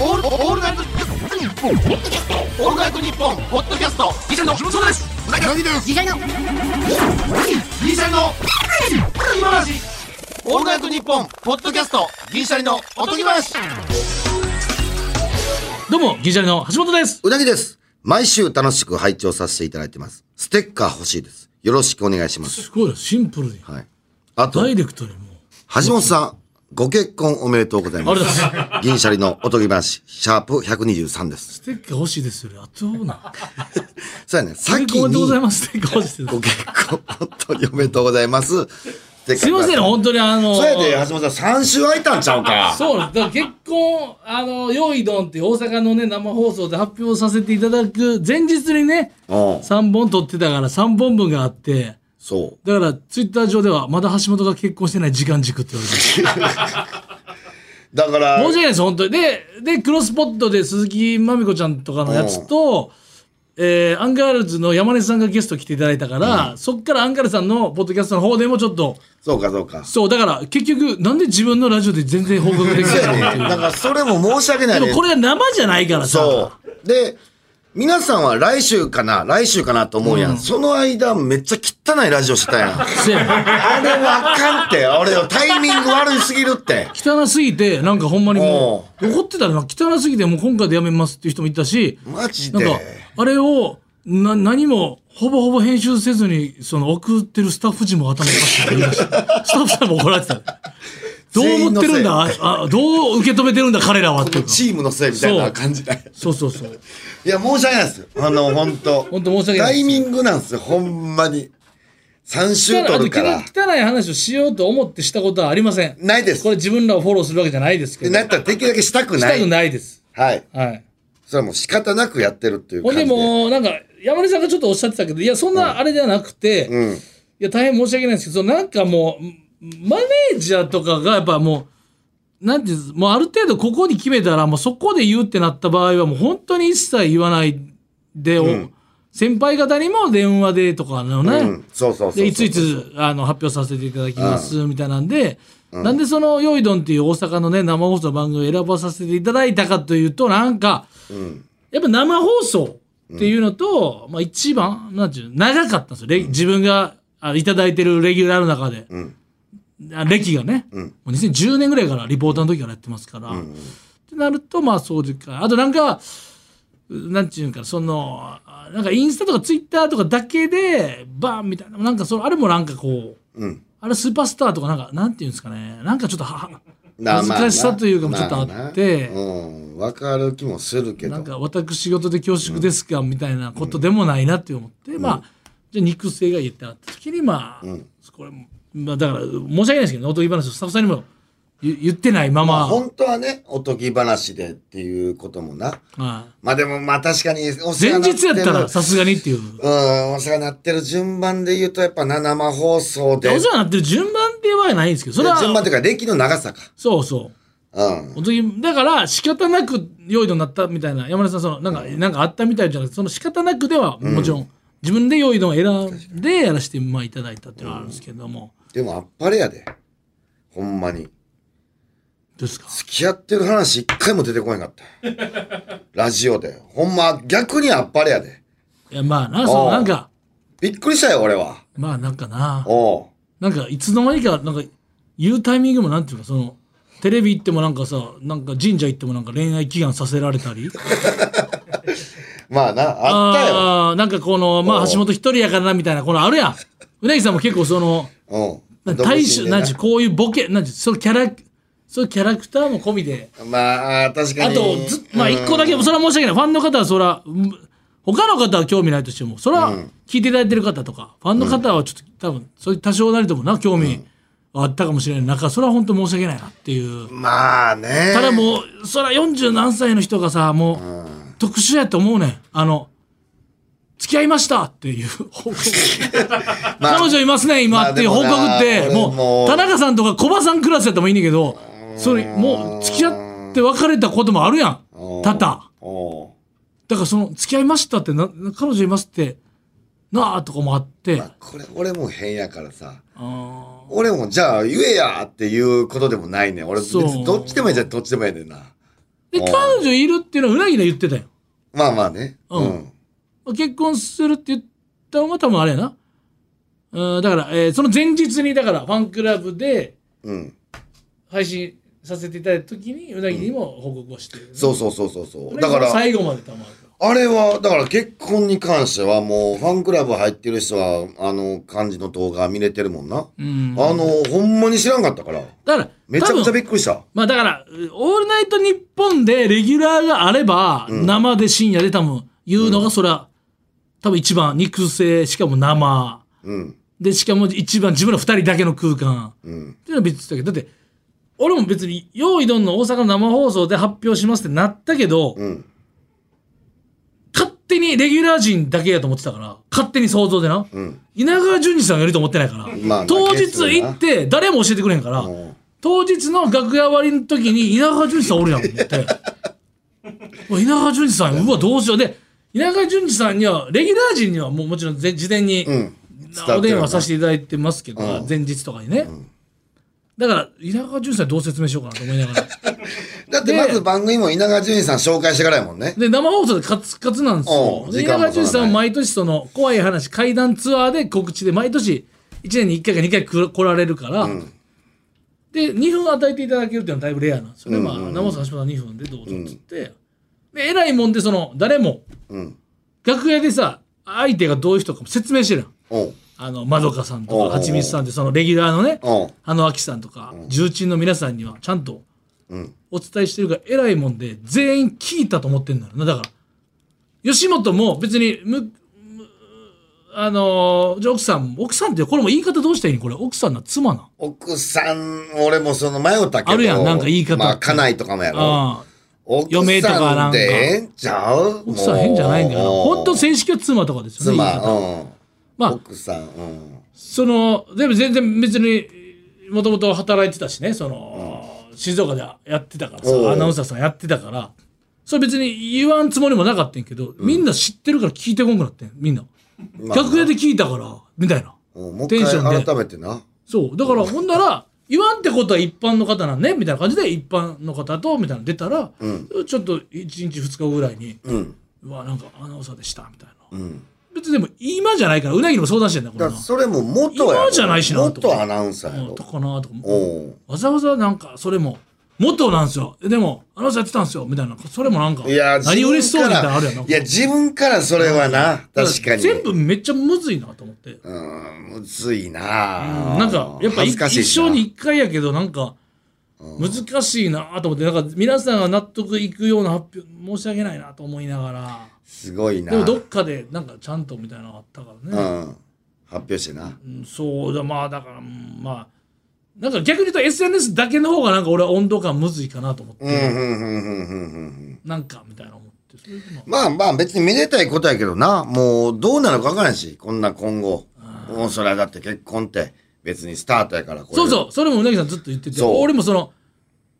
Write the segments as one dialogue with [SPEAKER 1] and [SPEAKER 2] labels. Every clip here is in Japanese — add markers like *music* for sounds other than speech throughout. [SPEAKER 1] オールオールナイトニッポンオールナイトニッポンポッドキャストギシャリの木本壮ですうなぎの
[SPEAKER 2] ギシャリの
[SPEAKER 1] ギシャリの今話オールナイトニッポンポッドキャストギシャリのおとぎ話
[SPEAKER 3] どうも、銀シャリの橋本です。
[SPEAKER 2] うなぎです。毎週楽しく拝聴させていただいてます。ステッカー欲しいです。よろしくお願いします。
[SPEAKER 3] すごい、シンプルに。
[SPEAKER 2] はい。あと、
[SPEAKER 3] ダ
[SPEAKER 2] 橋
[SPEAKER 3] イレクトにもう。
[SPEAKER 2] 本さん、ご結婚おめでとうござい
[SPEAKER 3] あ
[SPEAKER 2] ま
[SPEAKER 3] れ
[SPEAKER 2] す
[SPEAKER 3] だ。す。
[SPEAKER 2] 銀シャリのおとぎ話、シャープ123です。
[SPEAKER 3] ステッカー欲しいですよね。あとな。
[SPEAKER 2] そうやね、先
[SPEAKER 3] おめでとうござい
[SPEAKER 2] に、
[SPEAKER 3] ます。ステッカー欲しいです
[SPEAKER 2] ご。結婚、本当におめでとうございます。
[SPEAKER 3] す
[SPEAKER 2] す
[SPEAKER 3] いません、
[SPEAKER 2] そう
[SPEAKER 3] 本当にあの。
[SPEAKER 2] やで、橋本さん、3週空いたんちゃうか。
[SPEAKER 3] そうなんですだから結婚、あの、よいどんって大阪のね、生放送で発表させていただく前日にね、
[SPEAKER 2] うん。
[SPEAKER 3] 3本撮ってたから3本分があって、
[SPEAKER 2] そう。
[SPEAKER 3] だからツイッター上では、まだ橋本が結婚してない時間軸って言われてる。
[SPEAKER 2] だから、
[SPEAKER 3] 申し訳ないです、本当に。で、で、クロスポットで鈴木まみこちゃんとかのやつと、えーアンガールズの山根さんがゲスト来ていただいたから、そっからアンガールズさんのポッドキャストの方でもちょっと、
[SPEAKER 2] そうかそうか。
[SPEAKER 3] そう、だから結局、なんで自分のラジオで全然報告でき
[SPEAKER 2] そうや
[SPEAKER 3] ないのって
[SPEAKER 2] ね。
[SPEAKER 3] いう
[SPEAKER 2] だから、それも申し訳ない
[SPEAKER 3] で
[SPEAKER 2] ね
[SPEAKER 3] もこれが生じゃないからさ。
[SPEAKER 2] そう。で、皆さんは来週かな、来週かなと思うやん。その間、めっちゃ汚いラジオしてたやん。あ
[SPEAKER 3] せや
[SPEAKER 2] れはあかんって。俺よ、タイミング悪いすぎるって。
[SPEAKER 3] 汚すぎて、なんかほんまにもう、怒ってたらな、汚すぎてもう今回でやめますっていう人もいたし、
[SPEAKER 2] マジ
[SPEAKER 3] なん
[SPEAKER 2] で。
[SPEAKER 3] か、あれを、な、何も、ほぼほぼ編集せずに、その、送ってるスタッフ陣も頭おかしいって言
[SPEAKER 2] *laughs*
[SPEAKER 3] い出した。スタッフさんも怒られてた。どう思ってるんだあ、どう受け止めてるんだ彼らはっていうか。
[SPEAKER 2] チームのせいみたいな感じない。
[SPEAKER 3] そうそうそう。
[SPEAKER 2] いや、申し訳ないです。あの、ほんと。
[SPEAKER 3] ほんと申し訳な
[SPEAKER 2] タ
[SPEAKER 3] いです
[SPEAKER 2] イミングなんですよ、ほんまに。3週
[SPEAKER 3] 汚
[SPEAKER 2] 取
[SPEAKER 3] い
[SPEAKER 2] るから。
[SPEAKER 3] 汚い話をしようと思ってしたことはありません。
[SPEAKER 2] ないです
[SPEAKER 3] これ。自分らをフォローするわけじゃないですけ
[SPEAKER 2] で
[SPEAKER 3] ど。
[SPEAKER 2] なったら、できるだけしたく
[SPEAKER 3] した
[SPEAKER 2] な
[SPEAKER 3] く
[SPEAKER 2] い。
[SPEAKER 3] ないです。
[SPEAKER 2] はい。
[SPEAKER 3] はい。
[SPEAKER 2] それはもう仕方なくやってるっていう
[SPEAKER 3] ほん
[SPEAKER 2] 感
[SPEAKER 3] で
[SPEAKER 2] じで。
[SPEAKER 3] もう、なんか、山根さんがちょっとおっしゃってたけど、いや、そんなあれじゃなくて、
[SPEAKER 2] うん。
[SPEAKER 3] いや、大変申し訳ないですけど、なんかもう、マネージャーとかがやっぱもう、なんていうんですもうある程度ここに決めたら、もうそこで言うってなった場合は、もう本当に一切言わないで、お
[SPEAKER 2] うん
[SPEAKER 3] 先輩方にも電話でとかのね、
[SPEAKER 2] うん。そうそうそうそう。
[SPEAKER 3] でいついつあの発表させていただきますみたいなんで、なんでその「よいどん」っていう大阪のね生放送の番組を選ばさせていただいたかというとなんか、やっぱ生放送っていうのと、まあ、一番なんていうの長かったんですよ、レ自分があいただいてるレギュラーの中で、あ歴がね、もう2010年ぐらいからリポーターの時からやってますから、ってなるとまあそういうかあとなんかなんていうんかなそのあなんかインスタとかツイッターとかだけでバーンみたいななんかそのあれもなんかこう、
[SPEAKER 2] うん
[SPEAKER 3] あれスーパースターとかなんかなんていうんですかねなんかちょっとはは
[SPEAKER 2] なあまあな
[SPEAKER 3] 難しさというかもちょっとあって
[SPEAKER 2] まあなうん、分かる気もするけど
[SPEAKER 3] なんか私事で恐縮ですかみたいなことでもないなって思って、まあじゃあ肉声が言ってあった時にまあ、これも、まあ、だから申し訳ないですけどおとぎ話をスタッフさんにも言言ってないまま、
[SPEAKER 2] 本当はねおとぎ話でっていうこともな
[SPEAKER 3] はい
[SPEAKER 2] まあでもまあ確かにお世話に
[SPEAKER 3] 前
[SPEAKER 2] な
[SPEAKER 3] 日やったら
[SPEAKER 2] ってる
[SPEAKER 3] さすがにっていう。
[SPEAKER 2] うんお世話になってる順番で言うとやっぱな生放送
[SPEAKER 3] お世
[SPEAKER 2] で
[SPEAKER 3] 話になってる順番って言わないんですけど、それは、
[SPEAKER 2] 順番というか歴の長さか
[SPEAKER 3] そうそう。
[SPEAKER 2] うん
[SPEAKER 3] 本当にだから仕方なく用意となったみたいな山田さんそのなんか、なんかあったみたいじゃなくてその仕方なくではもちろん、自分で用意のを選んでやらせてまあいただいたっていうのはあるんですけども、
[SPEAKER 2] でもあっぱれやでほんまに
[SPEAKER 3] どうですか
[SPEAKER 2] 付き合ってる話一回も出てこへんかった
[SPEAKER 3] *laughs*
[SPEAKER 2] ラジオでほんま逆にあっぱれやで
[SPEAKER 3] いやまあなそのなんか
[SPEAKER 2] びっくりしたよ俺は
[SPEAKER 3] まあなんかな
[SPEAKER 2] おう
[SPEAKER 3] なんかいつの間にかなんか言うタイミングもなんていうかそのテレビ行ってもなんかさなんか神社行ってもなんか恋愛祈願させられたり
[SPEAKER 2] まあなあったよ
[SPEAKER 3] あーなんかこのまあ橋本一人やからなみたいなこのあるやんうなぎさんも結構その
[SPEAKER 2] う。
[SPEAKER 3] なんんか大衆、
[SPEAKER 2] 独身で
[SPEAKER 3] なんちゅうこういうボケ、なんちゅうそのキャラ、そういうキャラクターも込みで。
[SPEAKER 2] まあ、確か
[SPEAKER 3] あ
[SPEAKER 2] に。
[SPEAKER 3] と、ずまあ一個だけ、それは申し訳ない。ファンの方はそら、うん他の方は興味ないとしても、それは聞いていただいてる方とか、ファンの方はちょっと多分、そういう多少なりともな、興味はあったかもしれない中、それは本当申し訳ないなっていう。
[SPEAKER 2] まあね。
[SPEAKER 3] ただもう、そら40何歳の人がさ、もう、特殊やと思うねん。あの、付き合いましたっていう報告。
[SPEAKER 2] *laughs* まあ
[SPEAKER 3] 彼女いますね、今っていう報告って、
[SPEAKER 2] まあでもな俺
[SPEAKER 3] も
[SPEAKER 2] も
[SPEAKER 3] う、田中さんとか小葉さんクラスやってもいいねんけど、それ、もう、付き合って別れたこともあるやん。多々。だ
[SPEAKER 2] おう
[SPEAKER 3] からその、付き合いましたってな、彼女いますって、なあとかもあって、
[SPEAKER 2] これ、俺も変やからさ。
[SPEAKER 3] あ
[SPEAKER 2] 俺も、じゃあ、言えやっていうことでもないねん。俺、別
[SPEAKER 3] そう
[SPEAKER 2] にどっちでもいいじゃん、どっちでもいいねんな。
[SPEAKER 3] で、
[SPEAKER 2] うん
[SPEAKER 3] 彼女いるっていうのはうなぎが言ってたよ。
[SPEAKER 2] まあまあね。
[SPEAKER 3] うん結婚するって言ったのが多分あれやな。うん、だから、えーその前日に、だから、ファンクラブで
[SPEAKER 2] うん。
[SPEAKER 3] 配信させていただいた時に、うなぎにも報告をしてる、
[SPEAKER 2] そうそうそうそうそう。だ
[SPEAKER 3] だか。
[SPEAKER 2] からら、
[SPEAKER 3] 最後までたまるか
[SPEAKER 2] あれは、だから結婚に関してはもうファンクラブ入ってる人は、あの、漢字の動画見れてるもんな。
[SPEAKER 3] ら。うん。
[SPEAKER 2] あの、ほんまに知らんかったから。
[SPEAKER 3] だから、
[SPEAKER 2] めちゃくちゃ
[SPEAKER 3] 多分
[SPEAKER 2] びっくりした。
[SPEAKER 3] まあだから、うオールナイトニッポンでレギュラーがあれば、生で深夜で多分言うのが、それは、多分一番肉声、しかも生。
[SPEAKER 2] うん。
[SPEAKER 3] で、しかも一番自分ら二人だけの空間。
[SPEAKER 2] うん。
[SPEAKER 3] っていうのは別だけど、だって、俺も別に、用意どんの大阪の生放送で発表しますってなったけど、
[SPEAKER 2] うん。
[SPEAKER 3] 勝手にレギュラー陣だけやと思ってたから、勝手に想像でな。
[SPEAKER 2] うん。
[SPEAKER 3] 稲川淳二さんがいると思ってないから、
[SPEAKER 2] まあ
[SPEAKER 3] 当
[SPEAKER 2] ゲ
[SPEAKER 3] 日
[SPEAKER 2] ストでな
[SPEAKER 3] 行って、誰も教えてくれへんから、
[SPEAKER 2] うん
[SPEAKER 3] 当日の楽屋割りの時に稲川淳二さんおるやん
[SPEAKER 2] *laughs*
[SPEAKER 3] と思って。うわ稲川淳二さん、うわ、どうしよう。で、稲川淳二さんには、レギュラー陣にはもうもちろんぜ事前に、
[SPEAKER 2] うん。
[SPEAKER 3] お電話さ
[SPEAKER 2] せ
[SPEAKER 3] せていただいてますけど、
[SPEAKER 2] うん
[SPEAKER 3] 前日とかにね。だから、稲川淳二さんどう説明しようかなと思いながら。
[SPEAKER 2] だって
[SPEAKER 3] で
[SPEAKER 2] まず番組も稲川淳二さん紹介してからやもんね。
[SPEAKER 3] で、生放送でカツカツなんです
[SPEAKER 2] お
[SPEAKER 3] よ。
[SPEAKER 2] う
[SPEAKER 3] で
[SPEAKER 2] 時
[SPEAKER 3] 稲
[SPEAKER 2] 間も
[SPEAKER 3] 川淳二さんは毎年その、怖い話、怪談ツアーで告知で、毎年、1年に1回か2回来来られるから、で、2分与えていただけるっていうのはだいぶレアなんですよね。まあ、生放送始まったら2分でどうぞっつって。で、偉いもんで、その、誰も、
[SPEAKER 2] うん。
[SPEAKER 3] 楽屋でさ、相手がどういう人かも説明してるやん
[SPEAKER 2] おう
[SPEAKER 3] あの、まどかさ
[SPEAKER 2] おう
[SPEAKER 3] ん
[SPEAKER 2] お
[SPEAKER 3] と
[SPEAKER 2] う
[SPEAKER 3] か、はちみつさんって、そのレギュラーのね、
[SPEAKER 2] おう
[SPEAKER 3] あのあきさんとか、重鎮の皆さんにはちゃんと
[SPEAKER 2] うん。
[SPEAKER 3] お伝えしてるから偉いもんで全員聞いたと思ってんだよなだから吉本も別にむむあのーじゃあ奥さん奥さんってこれも言い方どうしたらいいのこれ奥さんな妻な
[SPEAKER 2] 奥さん、俺もその迷ったけど。
[SPEAKER 3] あるやんなんか言い方
[SPEAKER 2] まあ、家内とかもやろ。
[SPEAKER 3] ああ
[SPEAKER 2] 奥さ
[SPEAKER 3] 嫁とかなん
[SPEAKER 2] ん
[SPEAKER 3] か
[SPEAKER 2] でええんちゃう
[SPEAKER 3] 奥さん変じゃないんだよな
[SPEAKER 2] もう
[SPEAKER 3] 本当正式は妻とかですよね言い方
[SPEAKER 2] 妻、うん。
[SPEAKER 3] まあ
[SPEAKER 2] 奥さん、うん。
[SPEAKER 3] そのでも全然別にもともと働いてたしねその、静岡でやってたから
[SPEAKER 2] おう
[SPEAKER 3] さアナウンサーさんやってたからそれ別に言わんつもりもなかったんやけど、みんな知ってるから聞いてこんくなってんみんな、
[SPEAKER 2] まあ
[SPEAKER 3] 楽屋で聞いたからみたいな
[SPEAKER 2] うんもう
[SPEAKER 3] テ
[SPEAKER 2] 一
[SPEAKER 3] ンション
[SPEAKER 2] 回
[SPEAKER 3] で
[SPEAKER 2] 改めてな。
[SPEAKER 3] そうだからほんなら言わんってことは一般の方なんねみたいな感じで一般の方とみたいなの出たら、ちょっと1日2日ぐらいに
[SPEAKER 2] うん。
[SPEAKER 3] うわなんかアナウンサーでしたみたいな、
[SPEAKER 2] うん。
[SPEAKER 3] 別にでも今じゃないからうなぎにも相談してんだこれ
[SPEAKER 2] だ
[SPEAKER 3] な
[SPEAKER 2] からそれも元やろ
[SPEAKER 3] 今じゃないしな
[SPEAKER 2] 元アナウンサーや
[SPEAKER 3] うん
[SPEAKER 2] ろ
[SPEAKER 3] と。かなとか
[SPEAKER 2] おう
[SPEAKER 3] わざわざなんかそれも元なんですよえでもアナウンサーやってたんですよみたいなそれもなんか
[SPEAKER 2] いや、
[SPEAKER 3] 何嬉しそうにみた
[SPEAKER 2] 自分
[SPEAKER 3] いなの
[SPEAKER 2] か
[SPEAKER 3] あ
[SPEAKER 2] ら
[SPEAKER 3] るやんなん
[SPEAKER 2] いや、自分からそれはな、確かに。
[SPEAKER 3] 全部めっちゃむずいなと思って、
[SPEAKER 2] うん、むずいな、
[SPEAKER 3] なんかやっぱい
[SPEAKER 2] 恥ずかしいな
[SPEAKER 3] 一生に一回やけどなんか難しいなと思ってなんか皆さんが納得いくような発表申し訳ないなと思いながら
[SPEAKER 2] すごいな
[SPEAKER 3] でもどっかでなんかちゃんとみたいなのがあったから
[SPEAKER 2] う
[SPEAKER 3] ね、
[SPEAKER 2] ん、発表してな。
[SPEAKER 3] うんそうだまあだからうんまあなんか逆に言うと SNS だけの方がなんか俺は温度感むずいかなと思って、
[SPEAKER 2] うん、うん、うん、うん、うんうん。
[SPEAKER 3] なんかみたいな思ってそれでま
[SPEAKER 2] まあ
[SPEAKER 3] あ
[SPEAKER 2] まあ別にめでたいことやけどな、もうどうなるかわからんし、こんな今後。もうそれはだって結婚って別にスタートやから、これ
[SPEAKER 3] そうそう、それもうなぎさんずっと言ってて、
[SPEAKER 2] そう
[SPEAKER 3] 俺もその、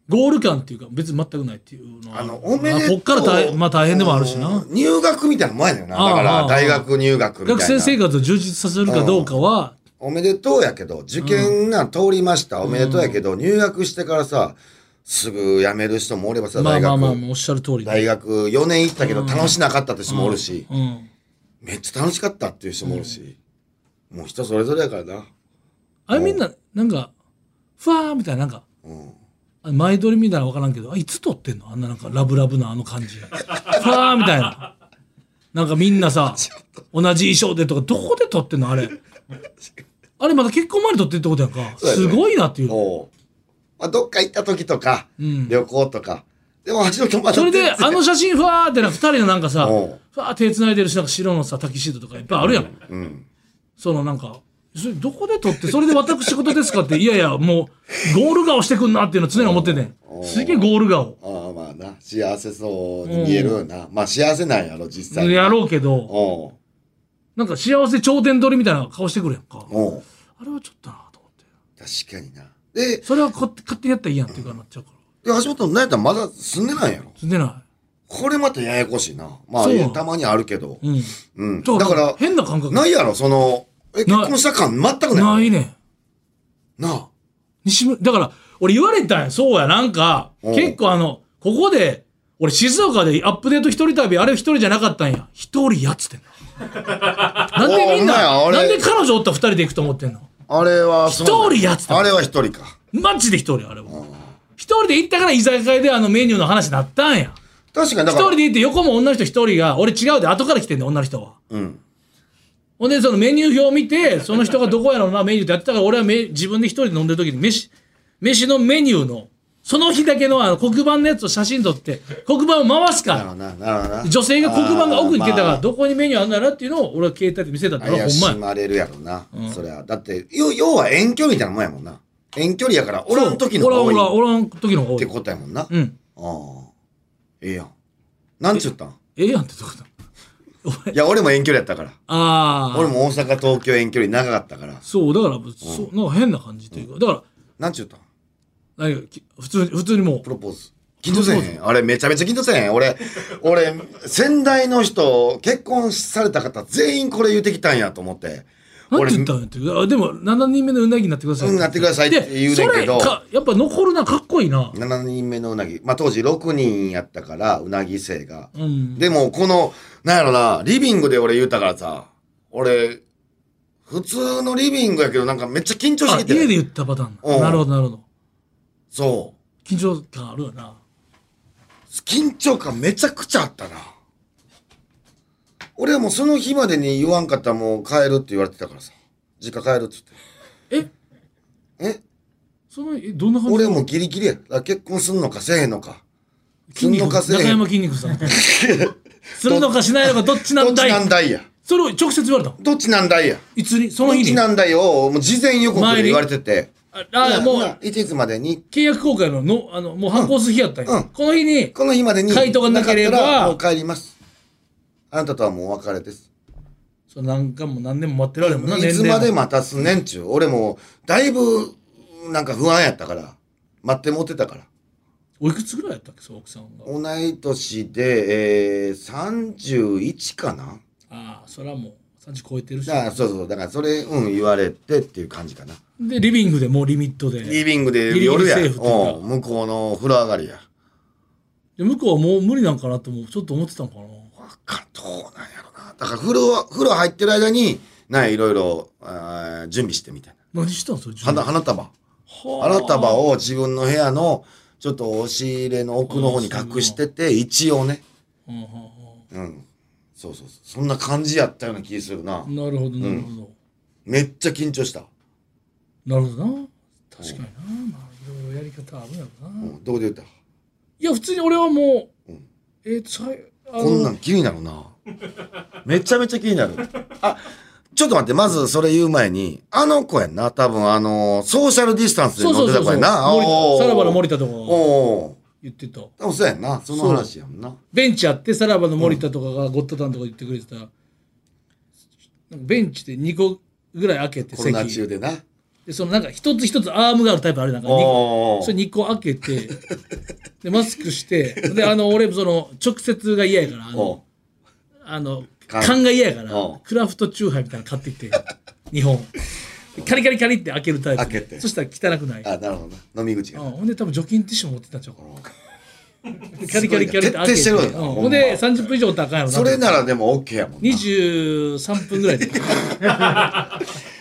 [SPEAKER 3] ゴール感っていうか、別に全くないっていうのは
[SPEAKER 2] あの、おめでと
[SPEAKER 3] こ
[SPEAKER 2] う。
[SPEAKER 3] っから大,、まあ、大変でもあるしな
[SPEAKER 2] う。ん。入学みたいなもんやねんな。だか
[SPEAKER 3] あああ
[SPEAKER 2] ら
[SPEAKER 3] あ
[SPEAKER 2] 大学入学みたいな。
[SPEAKER 3] 学生生活を充実させるかどうかは、
[SPEAKER 2] おめでとうやけど、受験が通りました、おめでとうやけど、入学してからさ、すぐ辞める人もおればさ、
[SPEAKER 3] まあ
[SPEAKER 2] 大
[SPEAKER 3] まあ
[SPEAKER 2] 学、
[SPEAKER 3] まあ、おっしゃる通りで。
[SPEAKER 2] 大学4年行ったけど楽しなかったって人もおるし、
[SPEAKER 3] うん。
[SPEAKER 2] めっちゃ楽しかったっていう人もおるし、もう人それぞれやからな。
[SPEAKER 3] あれみんな、なんか、ふわーみたいな、なんか、
[SPEAKER 2] うん。
[SPEAKER 3] あ前撮りみたいなの分からんけど、あ、いつ撮ってんのあんななんかラブラブなあの感じ。 *laughs* ふわーみたいな。なんかみんなさ、同じ衣装でとか、どこで撮ってんのあれ。あれまだ結婚前に撮ってるってことやんか。
[SPEAKER 2] そうやね
[SPEAKER 3] すごいなっていう。
[SPEAKER 2] おうまあ、どっか行った時とか、
[SPEAKER 3] うん
[SPEAKER 2] 旅行とか。でも、橋本まだ
[SPEAKER 3] それで、
[SPEAKER 2] 全然
[SPEAKER 3] あの写真、ふわーってな、二人のなんかさ、
[SPEAKER 2] おう
[SPEAKER 3] ふわー手繋いでるし、なんか白のさ、タキシードとかいっぱいあるやん。
[SPEAKER 2] うん。
[SPEAKER 3] そのなんか、それどこで撮って、それで私事ですかって、いやいや、もう、ゴール顔してくんなっていうの常に思ってて、
[SPEAKER 2] おう
[SPEAKER 3] すげえゴール顔。
[SPEAKER 2] ああ、まあな、幸せそうに見えるよな。まあ、幸せなんやろ、実際に。
[SPEAKER 3] やろうけど、
[SPEAKER 2] おう
[SPEAKER 3] なんか幸せ頂点取りみたいな顔してくるやんか。
[SPEAKER 2] おう
[SPEAKER 3] あれはちょっとなと思って。
[SPEAKER 2] 確かにな。で、
[SPEAKER 3] それはこ勝手にやったらいいやんっていうかなっちゃうから。
[SPEAKER 2] で橋本、なんやったらまだ住んでないんやろ。
[SPEAKER 3] 住んでな
[SPEAKER 2] これまたややこしいな。まあ
[SPEAKER 3] そう、
[SPEAKER 2] たまにあるけど
[SPEAKER 3] い。。うん。
[SPEAKER 2] うん。
[SPEAKER 3] だ
[SPEAKER 2] だ
[SPEAKER 3] か
[SPEAKER 2] からら、
[SPEAKER 3] 変な感覚。
[SPEAKER 2] ないやろ、その、え、結
[SPEAKER 3] ない
[SPEAKER 2] 婚した感全くない。
[SPEAKER 3] ないね。
[SPEAKER 2] なあ。
[SPEAKER 3] 西村、だから、俺言われたんや、そうや、なんか、
[SPEAKER 2] うん
[SPEAKER 3] 結構あの、ここで、俺静岡でアップデート一人旅あれ一人じゃなかったんや一人やっつ
[SPEAKER 2] *laughs*
[SPEAKER 3] ってんのなんでみん
[SPEAKER 2] お
[SPEAKER 3] な
[SPEAKER 2] お前あれ
[SPEAKER 3] なんで彼女おったら二人で行くと思ってんの
[SPEAKER 2] あれはそうなん、
[SPEAKER 3] 一人やってた
[SPEAKER 2] あれは一人か。
[SPEAKER 3] マジで一人あれは一人で行ったから居酒屋であのメニューの話になったんや
[SPEAKER 2] 確かに、だ
[SPEAKER 3] 一
[SPEAKER 2] から。
[SPEAKER 3] 人で行って横も女の人一人が俺違うで後から来てんねん女の人は
[SPEAKER 2] うん。
[SPEAKER 3] ほんでそのメニュー表を見てその人がどこやろうなメニューってやってたから俺はめ自分で一人で飲んでる時に飯飯のメニューのその日だけのあの黒板のやつを写真撮って黒板を回すから
[SPEAKER 2] なるほどな、なるほどな。
[SPEAKER 3] 女性が黒板が奥に出たか
[SPEAKER 2] あ
[SPEAKER 3] ら
[SPEAKER 2] ー
[SPEAKER 3] どこにメニューあんのやろっていうのを俺は携帯で見せたってほんま
[SPEAKER 2] 怪し
[SPEAKER 3] や
[SPEAKER 2] まれるやろな。そりゃ。だって、要要は遠距離みたいなもんやもんな。遠距離やから、俺の時の
[SPEAKER 3] 俺は
[SPEAKER 2] 方
[SPEAKER 3] 俺
[SPEAKER 2] が
[SPEAKER 3] は
[SPEAKER 2] 多い
[SPEAKER 3] 俺の時の方が
[SPEAKER 2] っ
[SPEAKER 3] 多
[SPEAKER 2] て
[SPEAKER 3] い
[SPEAKER 2] ことやもんな。あ
[SPEAKER 3] うん
[SPEAKER 2] あ。ええやん。なんちゅったん
[SPEAKER 3] ええやんってどこだ
[SPEAKER 2] いや、俺も遠距離やったから。
[SPEAKER 3] ああ
[SPEAKER 2] 俺も大阪、東京遠距離長かったから。
[SPEAKER 3] そうだからそうなんか変な感じというかだか
[SPEAKER 2] なんちゅったん
[SPEAKER 3] らなんかき普通に普通にもう
[SPEAKER 2] プロポーズ。緊張せえへん。あれ、めちゃめちゃ緊張せえへん。
[SPEAKER 3] *laughs*
[SPEAKER 2] 俺、俺、先代の人、結婚された方、全員これ言ってきたんやと思って。
[SPEAKER 3] なんて言ったんやってあでも7人目のうなぎになってください
[SPEAKER 2] うんなってくださいって言うねんけど
[SPEAKER 3] でそれかやっぱ残るなかっこいいな
[SPEAKER 2] 7人目のうなぎ。まあ、当時6人やったから、うなぎ生が。
[SPEAKER 3] うん
[SPEAKER 2] でも、この、なんやろな、リビングで俺言うたからさ、俺、普通のリビングやけど、なんかめっちゃ緊張し
[SPEAKER 3] あ
[SPEAKER 2] てき
[SPEAKER 3] 家で
[SPEAKER 2] て。
[SPEAKER 3] 言ったパターン
[SPEAKER 2] うん
[SPEAKER 3] ななるほどなるほど
[SPEAKER 2] そう。
[SPEAKER 3] 緊張感あるよな
[SPEAKER 2] 緊張感めちゃくちゃあったな。俺はもうその日までに言わんかったらもう帰るって言われてたからさ。実家帰るっつって。
[SPEAKER 3] え
[SPEAKER 2] え
[SPEAKER 3] そのえどんな感じ
[SPEAKER 2] 俺もギリギリや。だから結婚すんのかせえへんのか。すんのかせえ
[SPEAKER 3] 中
[SPEAKER 2] へん。
[SPEAKER 3] 山
[SPEAKER 2] ど
[SPEAKER 3] 筋肉さ
[SPEAKER 2] *laughs*
[SPEAKER 3] んするのかしないのかどっちな
[SPEAKER 2] っ
[SPEAKER 3] んだ
[SPEAKER 2] ちなん
[SPEAKER 3] い
[SPEAKER 2] だいや。
[SPEAKER 3] それを直接言われたの
[SPEAKER 2] どっちなんだいや。
[SPEAKER 3] いつにそ
[SPEAKER 2] どっ
[SPEAKER 3] の日
[SPEAKER 2] ち
[SPEAKER 3] に
[SPEAKER 2] な
[SPEAKER 3] あ
[SPEAKER 2] んだよをもう事前予告で言われてて。
[SPEAKER 3] あも
[SPEAKER 2] な
[SPEAKER 3] う
[SPEAKER 2] いつまでに、
[SPEAKER 3] 契約公開ののあのもう発行する日やったんや、
[SPEAKER 2] うんうん
[SPEAKER 3] この日に
[SPEAKER 2] この日までに、
[SPEAKER 3] 回答がなければ
[SPEAKER 2] かったらもう帰ります。あなたとはもうお別れです。
[SPEAKER 3] そう何回も何年も待ってられるもんない年
[SPEAKER 2] つ
[SPEAKER 3] 齢
[SPEAKER 2] ま
[SPEAKER 3] も
[SPEAKER 2] で待たすねんちゅう。俺も、だいぶ、なんか不安やったから。待ってもってたから。
[SPEAKER 3] おいくつぐらいやったっけそう奥さんが
[SPEAKER 2] 同い年で、えー、31かな
[SPEAKER 3] ああそれはもう30超えてるし
[SPEAKER 2] だから、そうそう。だから、それ、うん、言われてっていう感じかな。
[SPEAKER 3] でリビングでもうリミットで
[SPEAKER 2] リ
[SPEAKER 3] で
[SPEAKER 2] ビングで
[SPEAKER 3] ギリギ
[SPEAKER 2] 夜
[SPEAKER 3] リ
[SPEAKER 2] や。
[SPEAKER 3] セーフというか
[SPEAKER 2] うん向こうの風呂上がりや。
[SPEAKER 3] 向こうはもう無理なんかなともちょっと思ってたのかな
[SPEAKER 2] わかん、どうなんやろな。だから、風呂は、風呂入ってる間に、ない、いろいろ、あー準備してみたいな。
[SPEAKER 3] 何したんそれ自分
[SPEAKER 2] 花花束。花束を自分の部屋の、ちょっと押し入れの奥の方に隠してて、一応ね。
[SPEAKER 3] うんうんう
[SPEAKER 2] うん。そうそうそう。そんな感じやったような気するな。
[SPEAKER 3] んなるほどなるほど、
[SPEAKER 2] めっちゃ緊張した。
[SPEAKER 3] なるほどな確かになまあいろいろやり方あるんやろな、
[SPEAKER 2] う
[SPEAKER 3] い
[SPEAKER 2] ん。どこで言った
[SPEAKER 3] や普通に俺はもう、
[SPEAKER 2] うん
[SPEAKER 3] えー、さいあの
[SPEAKER 2] こんなん気になるな。めちゃめちゃ気になる。あ、ちょっと待って、まずそれ言う前に、あの子やんな、多分あのーソーシャルディスタンスで
[SPEAKER 3] そ
[SPEAKER 2] 飲
[SPEAKER 3] う
[SPEAKER 2] ん
[SPEAKER 3] そう
[SPEAKER 2] で
[SPEAKER 3] そ
[SPEAKER 2] た
[SPEAKER 3] う
[SPEAKER 2] 子
[SPEAKER 3] そ
[SPEAKER 2] やんな。
[SPEAKER 3] う森田さらばの森
[SPEAKER 2] 田。
[SPEAKER 3] 田とかが
[SPEAKER 2] おー
[SPEAKER 3] 言ってた
[SPEAKER 2] 多分そうやんな、その話やんな。
[SPEAKER 3] ベンチあってさらばの森田とかがゴッドタンとか言ってくれてた、なんかベンチで2個ぐらい開けて
[SPEAKER 2] コロナ
[SPEAKER 3] 席
[SPEAKER 2] 中でな。
[SPEAKER 3] でそのなんか一つ一つアームがあるタイプあるなんか二個
[SPEAKER 2] おー
[SPEAKER 3] それ2個開けてでマスクしてであの俺その直接が嫌やからあ
[SPEAKER 2] お
[SPEAKER 3] のあの
[SPEAKER 2] 缶
[SPEAKER 3] 缶が嫌やから
[SPEAKER 2] お
[SPEAKER 3] クラフトチューハイみたいなの買ってき *laughs* て2本カリカリカリって開けるタイプ
[SPEAKER 2] 開けて
[SPEAKER 3] そしたら汚くない
[SPEAKER 2] あ、なるほどな。飲み口
[SPEAKER 3] うん
[SPEAKER 2] が。
[SPEAKER 3] ほんで多分除菌ティッシュ持ってたんちゃうか
[SPEAKER 2] おー
[SPEAKER 3] なカリカリカリって開け
[SPEAKER 2] 徹
[SPEAKER 3] て
[SPEAKER 2] 底してるわほ
[SPEAKER 3] うん
[SPEAKER 2] んま
[SPEAKER 3] ほんで30分以上おったらあかんやろ
[SPEAKER 2] それならでも OK やもんな。
[SPEAKER 3] 23分
[SPEAKER 2] *laughs*
[SPEAKER 3] ぐらいで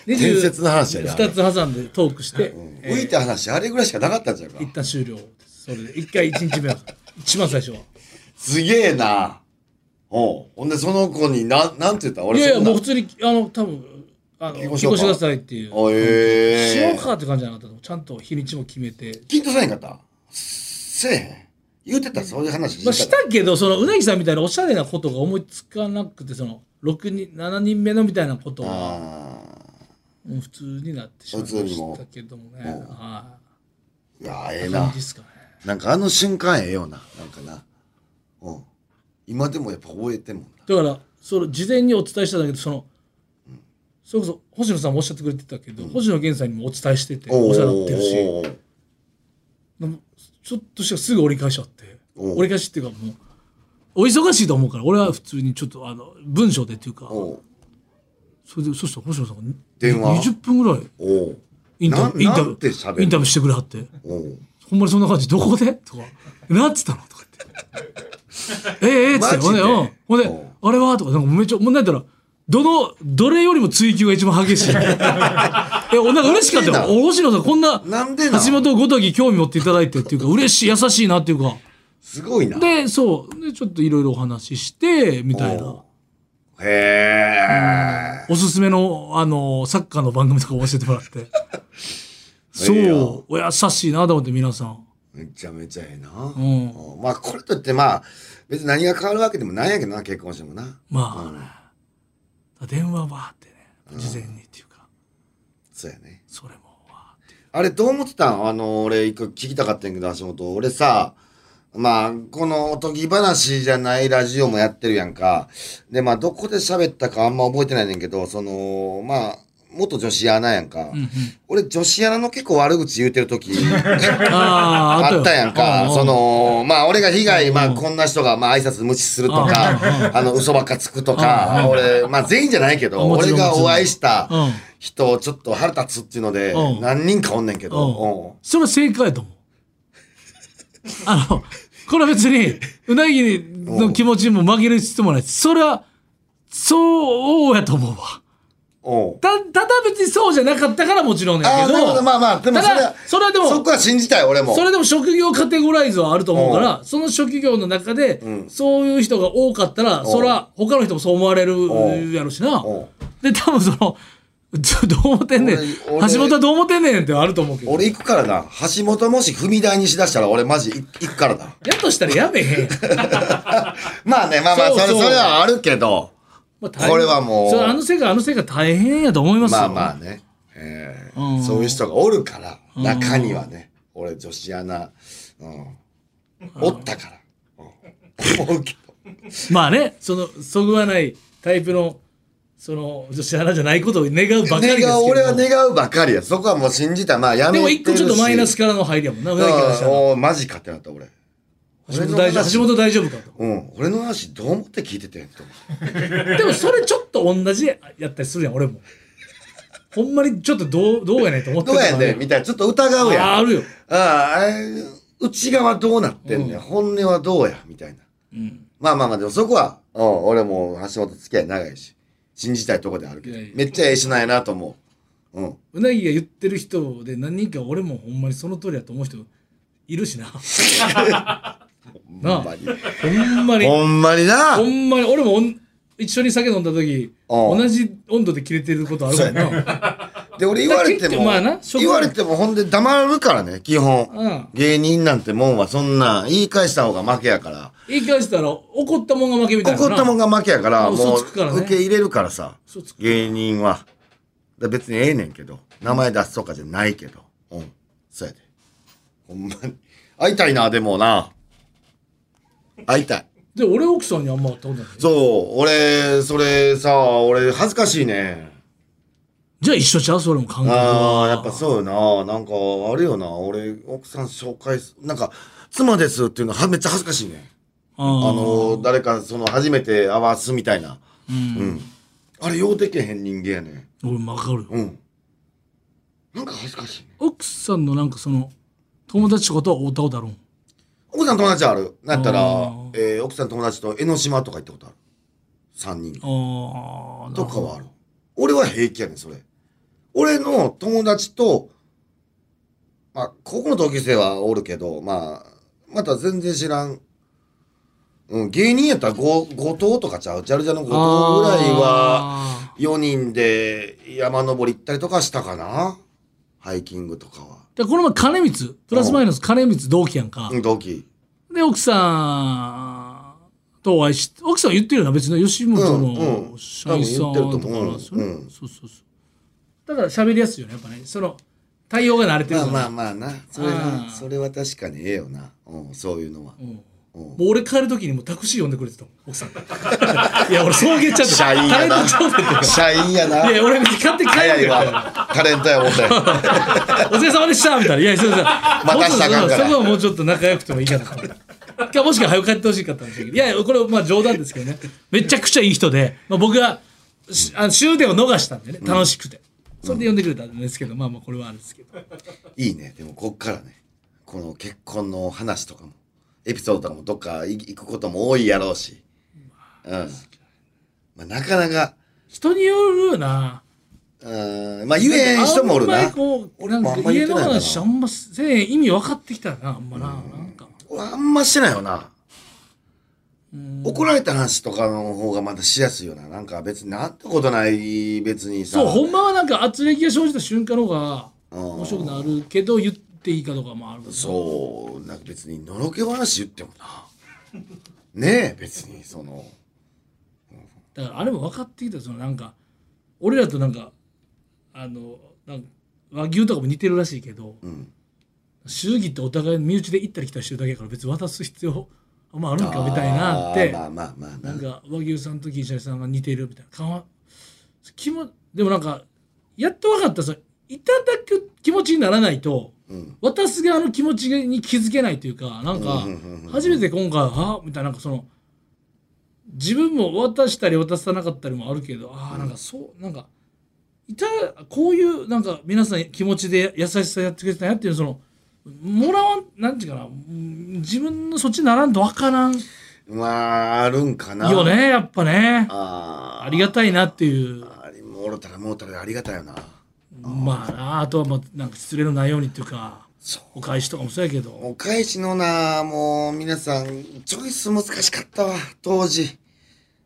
[SPEAKER 2] 伝説の話やな
[SPEAKER 3] 2つ挟んでトークして、
[SPEAKER 2] うん浮いた話、あれぐらいしかなかったんじゃうか
[SPEAKER 3] 一。旦終了ですそれで一回一日目は一番最初は
[SPEAKER 2] すげえな。おうほんで、その子に、な、なんて言った
[SPEAKER 3] い
[SPEAKER 2] 俺
[SPEAKER 3] やいや
[SPEAKER 2] そんな
[SPEAKER 3] もう普通にあの多分あの
[SPEAKER 2] 聞
[SPEAKER 3] 聞
[SPEAKER 2] こ
[SPEAKER 3] こ
[SPEAKER 2] し
[SPEAKER 3] して
[SPEAKER 2] ようか
[SPEAKER 3] くださいっていう
[SPEAKER 2] おえ
[SPEAKER 3] し
[SPEAKER 2] え
[SPEAKER 3] ようかって感じじゃなかったのちゃんと日にちも決めて
[SPEAKER 2] 緊張さへんかったせえへん言うてたそういう話
[SPEAKER 3] まあしたけどそのうなぎさんみたいなおしゃれなことが思いつかなくてその6人7人目のみたいなことは
[SPEAKER 2] あ
[SPEAKER 3] もう普通になってしまいま
[SPEAKER 2] 普通にも
[SPEAKER 3] したけどもね
[SPEAKER 2] うん
[SPEAKER 3] は
[SPEAKER 2] ーいやーええ
[SPEAKER 3] い感
[SPEAKER 2] な
[SPEAKER 3] じですかね
[SPEAKER 2] なんかあの瞬間ええよななんかなうん今でもやっぱ覚えてんもんな
[SPEAKER 3] だからその事前にお伝えしたんだけどその、それこそ星野さんもおっしゃってくれてたけど、星野源さんにもお伝えしててお世話になってるし
[SPEAKER 2] おー
[SPEAKER 3] でもちょっとしたらすぐ折り返しちゃって
[SPEAKER 2] おう
[SPEAKER 3] 折り返しっていうかもうお忙しいと思うから俺は普通にちょっとあの文章でっていうか
[SPEAKER 2] おー
[SPEAKER 3] それでそしたら星野さんがに
[SPEAKER 2] 電話
[SPEAKER 3] 20分ぐらい
[SPEAKER 2] おー
[SPEAKER 3] インタ
[SPEAKER 2] な
[SPEAKER 3] ビューインタ
[SPEAKER 2] なんて
[SPEAKER 3] ビ
[SPEAKER 2] 喋
[SPEAKER 3] ュ
[SPEAKER 2] る
[SPEAKER 3] ーインタビューしてくれはって
[SPEAKER 2] おー
[SPEAKER 3] 「ほんまにそんな感じどこで?」とか「なんつったの?」とか言ってええええっつって *laughs*
[SPEAKER 2] マジ
[SPEAKER 3] ほん
[SPEAKER 2] で
[SPEAKER 3] でうんほんで「あれは?」とかなんかめっちゃもうなんやったらどのどれよりも追求が一番激しい *laughs* えおなんか嬉しかった
[SPEAKER 2] なん
[SPEAKER 3] よ
[SPEAKER 2] でな
[SPEAKER 3] 星野さんこんな
[SPEAKER 2] なんでなん
[SPEAKER 3] 橋本ごとき興味持っていただいてっていうか嬉しい優しいなっていうか
[SPEAKER 2] すごいな。
[SPEAKER 3] でそうでちょっといろいろお話ししてみたいな
[SPEAKER 2] おうへえ。
[SPEAKER 3] おすすめのあのサッカーの番組とか教えてもらって
[SPEAKER 2] *laughs*
[SPEAKER 3] そう
[SPEAKER 2] ええやん
[SPEAKER 3] お優しいなと思って皆さん
[SPEAKER 2] めちゃめちゃええな。
[SPEAKER 3] ん
[SPEAKER 2] おうまあ、これといって、まあ、別に何が変わるわけでもないんやけどな、結婚してもな。
[SPEAKER 3] まあ、だから電話はーってね事前にっていうか、
[SPEAKER 2] そうやね。
[SPEAKER 3] それもわーって
[SPEAKER 2] あれ、どう思ってたんあの、俺、一個聞きたかったんやけど、橋本。俺さ、まあ、このおとぎ話じゃないラジオもやってるやんか。で、まあ、どこで喋ったかあんま覚えてないねんけど、その、まあ、元女子アナやんか。俺、女子アナの結構悪口言うてる時
[SPEAKER 3] あー
[SPEAKER 2] あったやんか。そ、
[SPEAKER 3] よ
[SPEAKER 2] の、まあ、俺が被害、まあ、こんな人が、まあ、挨拶無視するとか、あの、嘘ばっかつくとか、俺、まあ、全員じゃないけ
[SPEAKER 3] あ
[SPEAKER 2] ど、
[SPEAKER 3] もち
[SPEAKER 2] 俺
[SPEAKER 3] ろん
[SPEAKER 2] がお会いした
[SPEAKER 3] うん
[SPEAKER 2] 人、ちょっと腹立つっていうので
[SPEAKER 3] う、ん
[SPEAKER 2] 何人かおんねんけ
[SPEAKER 3] うん
[SPEAKER 2] ど、
[SPEAKER 3] それは正解やと思う。あの、これは別に、うなぎの気持ちも紛れる必要もないです。それは、そうやと思うわ。
[SPEAKER 2] うん。うん。
[SPEAKER 3] た、ただ別にそうじゃなかったからもちろん
[SPEAKER 2] あ
[SPEAKER 3] や
[SPEAKER 2] あ、
[SPEAKER 3] け
[SPEAKER 2] なる
[SPEAKER 3] ど、
[SPEAKER 2] ほど。まあまあ、でもそ
[SPEAKER 3] た
[SPEAKER 2] れ
[SPEAKER 3] だ
[SPEAKER 2] は、、
[SPEAKER 3] それはでも、
[SPEAKER 2] そこは信じたい、俺も。
[SPEAKER 3] それでも職業カテゴライズはあると思うから、その職業の中で、そういう人が多かったら、そら、他の人もそう思われる
[SPEAKER 2] ん
[SPEAKER 3] やろしな
[SPEAKER 2] うん。
[SPEAKER 3] で、多分その、 *laughs* ちょどう思ってんねん。橋
[SPEAKER 2] 俺俺
[SPEAKER 3] 本はどう思ってんねんってはあると思うけど。
[SPEAKER 2] 俺行くからな。橋本もし踏み台にしだしたら、俺マジい行くからな。
[SPEAKER 3] やとしたらやめ
[SPEAKER 2] *laughs*
[SPEAKER 3] へん。
[SPEAKER 2] まあね、まあまあ、
[SPEAKER 3] そう
[SPEAKER 2] そ
[SPEAKER 3] そう
[SPEAKER 2] れ、それはあるけど、
[SPEAKER 3] まあ大変
[SPEAKER 2] これはもう
[SPEAKER 3] それあの世界、あの世界大変やと思いますよ。
[SPEAKER 2] まあまあね。えー
[SPEAKER 3] うん
[SPEAKER 2] そういう人がおるから、中にはね。俺、女子アナ、うん。おったから。
[SPEAKER 3] *laughs*
[SPEAKER 2] うん思うけど。
[SPEAKER 3] まあね、その、そぐわないタイプの、その、女子アナじゃないことを願うばかりですけ
[SPEAKER 2] 願う、
[SPEAKER 3] ど。
[SPEAKER 2] 俺は願うばかりや。そこはもう信じた。まあ、やめてる
[SPEAKER 3] でも
[SPEAKER 2] し
[SPEAKER 3] 一個ちょっとマイナスからの入りやもんな、うなぎからした
[SPEAKER 2] うん
[SPEAKER 3] ら
[SPEAKER 2] おーマジかってなった、俺。
[SPEAKER 3] 橋本大丈夫、橋本大丈夫かと。
[SPEAKER 2] うん。俺の話、どう思って聞いててんと思う。
[SPEAKER 3] でもそれちょっと同じやったりするやん、俺も。ほんまにちょっとどう、 *laughs* どうやねんと思って
[SPEAKER 2] どう
[SPEAKER 3] る
[SPEAKER 2] やねんみたいな、ちょっと疑うやん。
[SPEAKER 3] あ
[SPEAKER 2] あ
[SPEAKER 3] あるよ。
[SPEAKER 2] あ、あれ内側どうなってんねん、本音はどうやみたいな。まあまあまあ、でもそこは、うん、俺も橋本付き合い長いし、信じたいとこであるけど、
[SPEAKER 3] いやいや
[SPEAKER 2] めっちゃええ人なんやなと思う。うん。
[SPEAKER 3] うなぎが言ってる人で何人か俺もほんまにその通りやと思う人いるしな。な
[SPEAKER 2] ほんま
[SPEAKER 3] あ、
[SPEAKER 2] に。
[SPEAKER 3] ほんまに。
[SPEAKER 2] ほんまにな
[SPEAKER 3] ほ。んまに俺もおん一緒に酒飲んだ時
[SPEAKER 2] うん
[SPEAKER 3] 同じ温度で切れてることあるもんな
[SPEAKER 2] で、俺言われても、
[SPEAKER 3] だから結局まあな職場
[SPEAKER 2] 言われてもほんで黙るからね、基本。
[SPEAKER 3] うん
[SPEAKER 2] 芸人なんてもんはそんな、言い返した方が負けやから。
[SPEAKER 3] 言い返したら怒ったもんが負けみたいな
[SPEAKER 2] 怒ったもん
[SPEAKER 3] が
[SPEAKER 2] が負けやから、
[SPEAKER 3] 嘘
[SPEAKER 2] もう
[SPEAKER 3] つくからね
[SPEAKER 2] 受け入れるからさ
[SPEAKER 3] 嘘つ、く
[SPEAKER 2] 芸人は。だ別にええねんけど、名前出すとかじゃないけど。うん。そうやで。ほんまに。会いたいな、でもな。会いたい。
[SPEAKER 3] で俺奥さんにあんま会ったことない
[SPEAKER 2] そう、俺、それさ、俺恥ずかしいね。
[SPEAKER 3] じゃあ一緒ちゃうそれも感覚
[SPEAKER 2] あ
[SPEAKER 3] は
[SPEAKER 2] あ、やっぱそうよな。なんか、あるよな。俺、奥さん紹介す、なんか、妻ですっていうのはめっちゃ恥ずかしいね。
[SPEAKER 3] あ
[SPEAKER 2] あ
[SPEAKER 3] ー
[SPEAKER 2] の、誰か、その、初めて会わすみたいな。
[SPEAKER 3] うん
[SPEAKER 2] うん。あれ、ようでけへん人間やねん。
[SPEAKER 3] 俺も分かるよ
[SPEAKER 2] うん。なんか恥ずかしいね。
[SPEAKER 3] 奥さんのなんかその友達とことは会ったことあるん
[SPEAKER 2] 奥さん友達ある。なんやったら
[SPEAKER 3] あー、
[SPEAKER 2] えー奥さん友達と江ノ島とか行ったことある。三人で
[SPEAKER 3] ああ
[SPEAKER 2] とかはある。俺は平気やねん、それ。俺の友達と、まあ、高校の同級生はおるけど、まあ、また全然知らん。うん、芸人やったら後後藤とかちゃう。ジャルジャルの後藤ぐらいは、4人で山登り行ったりとかしたかな。ハイキングとかは。
[SPEAKER 3] でこの前金光プラスマイナス金光同期やんか、
[SPEAKER 2] うん、同期。
[SPEAKER 3] で奥さんとお会いして奥さんは言ってるよな別に吉本
[SPEAKER 2] うんう
[SPEAKER 3] の
[SPEAKER 2] ん
[SPEAKER 3] 社員さんとかなんです
[SPEAKER 2] 多分言ってると
[SPEAKER 3] よね
[SPEAKER 2] 思ううんうん
[SPEAKER 3] そうそうそうだから喋りやすいよねやっぱねその対応が慣れてる
[SPEAKER 2] ま
[SPEAKER 3] か
[SPEAKER 2] あ
[SPEAKER 3] ら、
[SPEAKER 2] まあまあな。それ
[SPEAKER 3] う
[SPEAKER 2] は、
[SPEAKER 3] ん
[SPEAKER 2] それは確かにええよな。うん、そういうのは。
[SPEAKER 3] もう俺帰る時にもうタクシー呼んでくれてたもん奥さんいや俺送迎ちゃって
[SPEAKER 2] 社員やな。社員や
[SPEAKER 3] いや
[SPEAKER 2] な。
[SPEAKER 3] 俺買って帰
[SPEAKER 2] 早
[SPEAKER 3] る
[SPEAKER 2] い
[SPEAKER 3] から
[SPEAKER 2] わ。タレントや思ったよ。
[SPEAKER 3] お疲れ様でしたみたいな。いや、そうそう。
[SPEAKER 2] また明日あかんから
[SPEAKER 3] そこはもうちょっと仲良くてもいいかなと思って。かもしくは早く帰ってほしかったんですけど。いや、これまあ冗談ですけどね。めちゃくちゃいい人で、まあ、僕はしあの終電を逃したんでね、楽しくて。それで呼んでくれたんですけど、まあまあこれはあるんですけど。
[SPEAKER 2] いいね。でもこっからね。この結婚の話とかも。エピソードとかもどっかい行くことも多いやろうし。うん。まあ、なかなか、
[SPEAKER 3] 人によるな
[SPEAKER 2] うん、まあ言えへん人もおる
[SPEAKER 3] あんま
[SPEAKER 2] な
[SPEAKER 3] り。こう
[SPEAKER 2] 俺
[SPEAKER 3] な
[SPEAKER 2] も
[SPEAKER 3] ん
[SPEAKER 2] あん
[SPEAKER 3] か
[SPEAKER 2] ま言
[SPEAKER 3] 家
[SPEAKER 2] って
[SPEAKER 3] の
[SPEAKER 2] ないな
[SPEAKER 3] 話あんませえへん意味分かってきたらなあんまな,、なんか
[SPEAKER 2] 俺あんましてないよな。
[SPEAKER 3] うん
[SPEAKER 2] 怒られた話とかの方がまたしやすいよな。なんか別になんてことない、別にさ。
[SPEAKER 3] そうほんまはなんか圧力が生じた瞬間の方が
[SPEAKER 2] うん
[SPEAKER 3] 面白くなるけど言っていいかとかもある
[SPEAKER 2] そう、なんか別にのろけ話言ってもな。ねえ、別に、その。
[SPEAKER 3] だからあれも分かってきたそのなんか俺らとなんかあのなんか和牛とかも似てるらしいけど、
[SPEAKER 2] ん
[SPEAKER 3] 祝儀ってお互い身内で行ったり来たりしてるだけやから別に渡す必要あんまあるんかみたいなって
[SPEAKER 2] あーまあまあまあな。
[SPEAKER 3] なんか和牛さんと銀シャリさんが似てるみたいなかわ気もでもなんかやっと分かったさいただく気持ちにならないと、渡す側の気持ちに気づけないというかな
[SPEAKER 2] うんう
[SPEAKER 3] んか
[SPEAKER 2] んうんうん
[SPEAKER 3] 初めて今回はあみたいななんかその自分も渡したり渡さなかったりもあるけどああなんかそうなんかいたこういうなんか皆さん気持ちで優しさやってくれてたなっていうそのもらわんなんていうかなうん自分のそっちならんと分からん
[SPEAKER 2] まあ、あるんかな。
[SPEAKER 3] よ。ねやっぱね
[SPEAKER 2] あ
[SPEAKER 3] ありがたいなっていう
[SPEAKER 2] あ。ありもろたらもろたらでありがたいよな。
[SPEAKER 3] まあなあとはまあなんか失礼のないようにっていうか
[SPEAKER 2] そう。
[SPEAKER 3] お返しとかもそうやけど
[SPEAKER 2] お返しのな、もう皆さん、チョイス難しかったわ、当時。